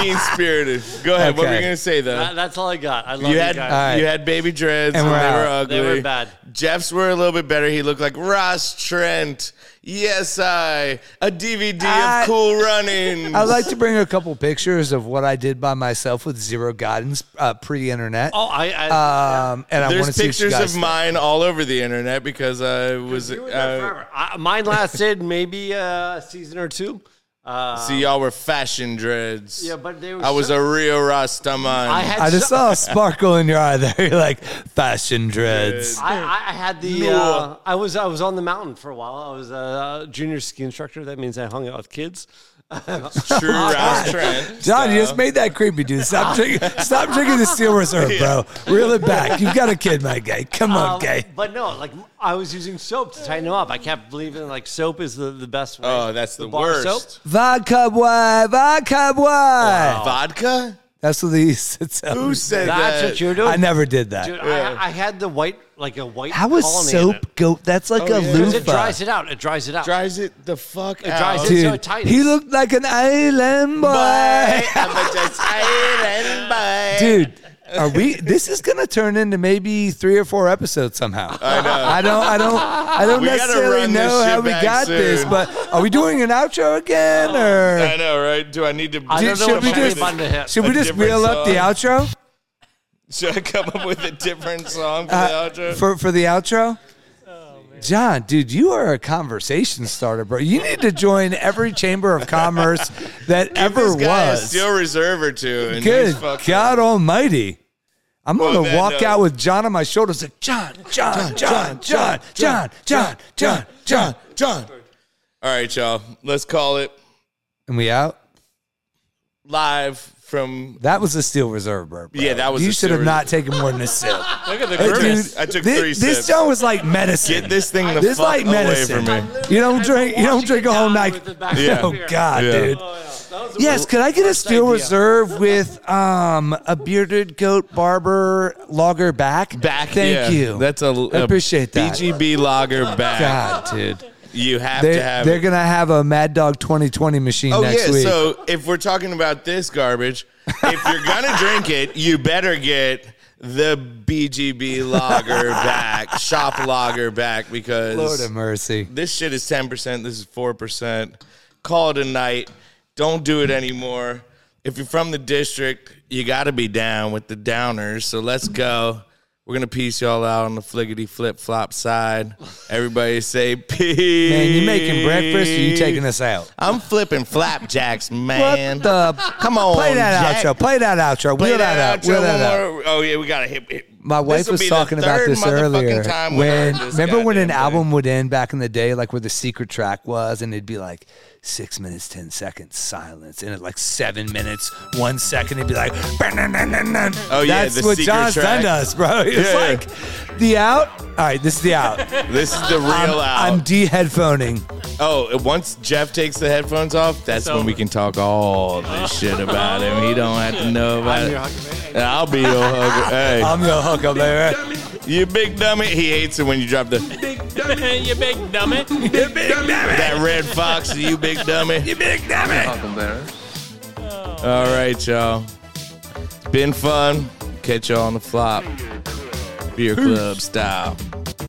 [SPEAKER 3] mean spirited. Go ahead. What were you
[SPEAKER 2] Okay.
[SPEAKER 3] gonna say though?
[SPEAKER 1] That- that's all I got. I love
[SPEAKER 3] you
[SPEAKER 1] you uh,
[SPEAKER 3] had
[SPEAKER 1] guys.
[SPEAKER 2] All right.
[SPEAKER 3] you had baby dreads
[SPEAKER 2] And
[SPEAKER 3] and,
[SPEAKER 2] we're
[SPEAKER 3] they were
[SPEAKER 2] out.
[SPEAKER 3] ugly.
[SPEAKER 1] They were bad.
[SPEAKER 3] Jeff's were a little bit better. He looked like Ross Trent. Yes, I a DVD
[SPEAKER 2] I-
[SPEAKER 3] of Cool Running.
[SPEAKER 2] I'd like to bring a couple pictures of what I did by myself with zero guidance uh, pre-internet.
[SPEAKER 1] Oh, I. I
[SPEAKER 2] Um, and I want to
[SPEAKER 3] There's
[SPEAKER 2] see what you
[SPEAKER 3] pictures
[SPEAKER 2] guys
[SPEAKER 3] of
[SPEAKER 2] think.
[SPEAKER 3] mine all over the internet because I was.
[SPEAKER 1] You were there
[SPEAKER 3] Uh,
[SPEAKER 1] forever. I, mine lasted maybe a season or two. Uh,
[SPEAKER 3] see, y'all were fashion dreads.
[SPEAKER 1] yeah, but they were.
[SPEAKER 3] I was
[SPEAKER 1] so-
[SPEAKER 3] a Rio Rastaman.
[SPEAKER 1] I had.
[SPEAKER 2] I just
[SPEAKER 1] so-
[SPEAKER 2] saw a sparkle in your eye there. You're like fashion dreads.
[SPEAKER 1] I, I I had the. Uh, I was I was on the mountain for a while. I was a uh, junior ski instructor. That means I hung out with kids.
[SPEAKER 3] true Ross Trent.
[SPEAKER 2] John, you just made that creepy, dude. Stop drinking. Stop drinking the steel reserve, bro. Reel it back. You've got a kid, my guy. Come on,
[SPEAKER 1] Um,
[SPEAKER 2] guy.
[SPEAKER 1] But no, like I was using soap to tighten them up. I kept believing like soap is the, the best way.
[SPEAKER 3] Oh, that's the,
[SPEAKER 1] bar
[SPEAKER 3] worst.
[SPEAKER 1] soap.
[SPEAKER 2] Vodka boy, vodka boy.
[SPEAKER 3] Vodka?
[SPEAKER 2] That's what they used to tell me.
[SPEAKER 3] Who said
[SPEAKER 1] That's
[SPEAKER 3] that?
[SPEAKER 1] what you're doing.
[SPEAKER 2] I never did that.
[SPEAKER 1] Dude, I, I had the white, like a white.
[SPEAKER 2] How is
[SPEAKER 1] colony in it.
[SPEAKER 2] soap go? That's like
[SPEAKER 3] Oh,
[SPEAKER 2] a
[SPEAKER 3] yeah.
[SPEAKER 1] 'Cause
[SPEAKER 2] loofah.
[SPEAKER 1] It dries it out. It dries it out.
[SPEAKER 3] Dries it the fuck
[SPEAKER 1] It
[SPEAKER 3] out.
[SPEAKER 1] dries it.
[SPEAKER 2] Dude,
[SPEAKER 1] so tight.
[SPEAKER 2] he looked like an island boy.
[SPEAKER 3] Bye. I'm a just island boy.
[SPEAKER 2] Dude, are we? This is gonna turn into maybe three or four episodes somehow. I know. I don't. I don't. I don't
[SPEAKER 3] We gotta
[SPEAKER 2] necessarily
[SPEAKER 3] run this
[SPEAKER 2] know
[SPEAKER 3] shit
[SPEAKER 2] how we
[SPEAKER 3] back
[SPEAKER 2] got this,
[SPEAKER 3] soon. Oh,
[SPEAKER 2] but are we doing an outro again, or
[SPEAKER 3] I know, right? Do I need to?
[SPEAKER 1] I don't know
[SPEAKER 2] should
[SPEAKER 1] what
[SPEAKER 2] we
[SPEAKER 1] should
[SPEAKER 2] just-
[SPEAKER 1] button to hit.
[SPEAKER 2] should we
[SPEAKER 3] A
[SPEAKER 2] just
[SPEAKER 3] different
[SPEAKER 2] reel up the outro
[SPEAKER 3] Should I come up with a different song for
[SPEAKER 2] Uh,
[SPEAKER 3] the outro?
[SPEAKER 2] for for the outro? John, dude, you are a conversation starter, bro. You need to join every chamber of commerce that ever
[SPEAKER 3] this guy a
[SPEAKER 2] was.
[SPEAKER 3] Steel reserve or two. And
[SPEAKER 2] Good
[SPEAKER 3] he's fucking- uh,
[SPEAKER 2] God Almighty. I'm
[SPEAKER 3] On
[SPEAKER 2] gonna
[SPEAKER 3] that
[SPEAKER 2] walk
[SPEAKER 3] note-
[SPEAKER 2] out with John on my shoulders, like John, John, John, John, John, John, John, John, John.
[SPEAKER 3] All right, y'all. Let's call it
[SPEAKER 2] And we out.
[SPEAKER 3] live from.
[SPEAKER 2] That was a steel reserve, bro. bro.
[SPEAKER 3] Yeah, that was
[SPEAKER 2] You
[SPEAKER 3] a
[SPEAKER 2] should
[SPEAKER 3] Steel
[SPEAKER 2] have not taken more than a sip.
[SPEAKER 4] Look at the
[SPEAKER 2] Hey,
[SPEAKER 4] grimace.
[SPEAKER 3] I took
[SPEAKER 2] thi-
[SPEAKER 3] three
[SPEAKER 2] This
[SPEAKER 3] sips.
[SPEAKER 2] John was like medicine.
[SPEAKER 3] Get this thing the
[SPEAKER 2] This
[SPEAKER 3] fuck
[SPEAKER 2] like
[SPEAKER 3] away
[SPEAKER 2] medicine.
[SPEAKER 3] from me.
[SPEAKER 2] You don't
[SPEAKER 1] I've
[SPEAKER 2] drink.
[SPEAKER 1] been
[SPEAKER 2] You don't
[SPEAKER 1] washing
[SPEAKER 2] drink
[SPEAKER 1] it
[SPEAKER 2] a whole
[SPEAKER 1] down
[SPEAKER 2] night.
[SPEAKER 1] with the back
[SPEAKER 3] Yeah.
[SPEAKER 2] Oh
[SPEAKER 1] of beer.
[SPEAKER 2] God,
[SPEAKER 3] Yeah.
[SPEAKER 2] dude.
[SPEAKER 1] Oh, yeah. That was a
[SPEAKER 2] Yes, could I get a steel
[SPEAKER 1] idea.
[SPEAKER 2] reserve with um a bearded goat barber lager back?
[SPEAKER 3] Back.
[SPEAKER 2] Thank
[SPEAKER 3] yeah.
[SPEAKER 2] you.
[SPEAKER 3] That's a.
[SPEAKER 2] I appreciate that.
[SPEAKER 3] BGB lager back.
[SPEAKER 2] God, dude.
[SPEAKER 3] You have
[SPEAKER 2] They,
[SPEAKER 3] to have.
[SPEAKER 2] they're
[SPEAKER 3] it.
[SPEAKER 2] gonna have a Mad Dog 2020 machine
[SPEAKER 3] Oh
[SPEAKER 2] next
[SPEAKER 3] yeah,
[SPEAKER 2] week.
[SPEAKER 3] so if we're talking about this garbage, if you're gonna drink it, you better get the BGB lager back, shop lager back, because
[SPEAKER 2] Lord of mercy.
[SPEAKER 3] this shit is ten percent. This is four percent. Call it a night. Don't do it anymore. If you're from the district, you got to be down with the downers. So let's go. We're gonna peace y'all out on the flickety flip flop side. Everybody say peace.
[SPEAKER 2] Man, you making breakfast? Or you taking us out?
[SPEAKER 3] I'm flipping flapjacks,
[SPEAKER 2] What
[SPEAKER 3] man.
[SPEAKER 2] the?
[SPEAKER 3] Come on,
[SPEAKER 2] Play that
[SPEAKER 3] Oh, Jack.
[SPEAKER 2] outro. Play that outro.
[SPEAKER 3] Play
[SPEAKER 2] Wheel that,
[SPEAKER 3] that
[SPEAKER 2] out. Wheel
[SPEAKER 3] outro
[SPEAKER 2] that out.
[SPEAKER 3] one more. Oh yeah, we gotta hit. hit.
[SPEAKER 2] My wife
[SPEAKER 3] This'll
[SPEAKER 2] was
[SPEAKER 3] be the
[SPEAKER 2] talking about
[SPEAKER 3] third
[SPEAKER 2] this
[SPEAKER 3] motherfucking
[SPEAKER 2] earlier.
[SPEAKER 3] time we
[SPEAKER 2] When
[SPEAKER 3] heard this
[SPEAKER 2] remember when an
[SPEAKER 3] goddamn thing.
[SPEAKER 2] album would end back in the day, like where the secret track was, and it'd be like six minutes, ten seconds, silence, and at like seven minutes, one second, it'd be like. Oh
[SPEAKER 3] Oh, yeah,
[SPEAKER 2] that's
[SPEAKER 3] the
[SPEAKER 2] what
[SPEAKER 3] secret
[SPEAKER 2] John's done
[SPEAKER 3] track.
[SPEAKER 2] to us, bro. It's
[SPEAKER 3] Yeah.
[SPEAKER 2] like the out. All right, this is the out.
[SPEAKER 3] This is the real
[SPEAKER 2] I'm,
[SPEAKER 3] out.
[SPEAKER 2] I'm de-headphoning.
[SPEAKER 3] oh, once Jeff takes the headphones off, that's when we can talk all this shit about him. He don't have to know about it. And I'll be your hugger. Hey,
[SPEAKER 2] I'm your hooker, baby.
[SPEAKER 3] you big dummy. He hates it when you drop the
[SPEAKER 4] you big dummy.
[SPEAKER 3] that red fox. You big dummy. You big dummy. Oh. All right, y'all. It's been fun. Catch y'all on the flop. Beer club style.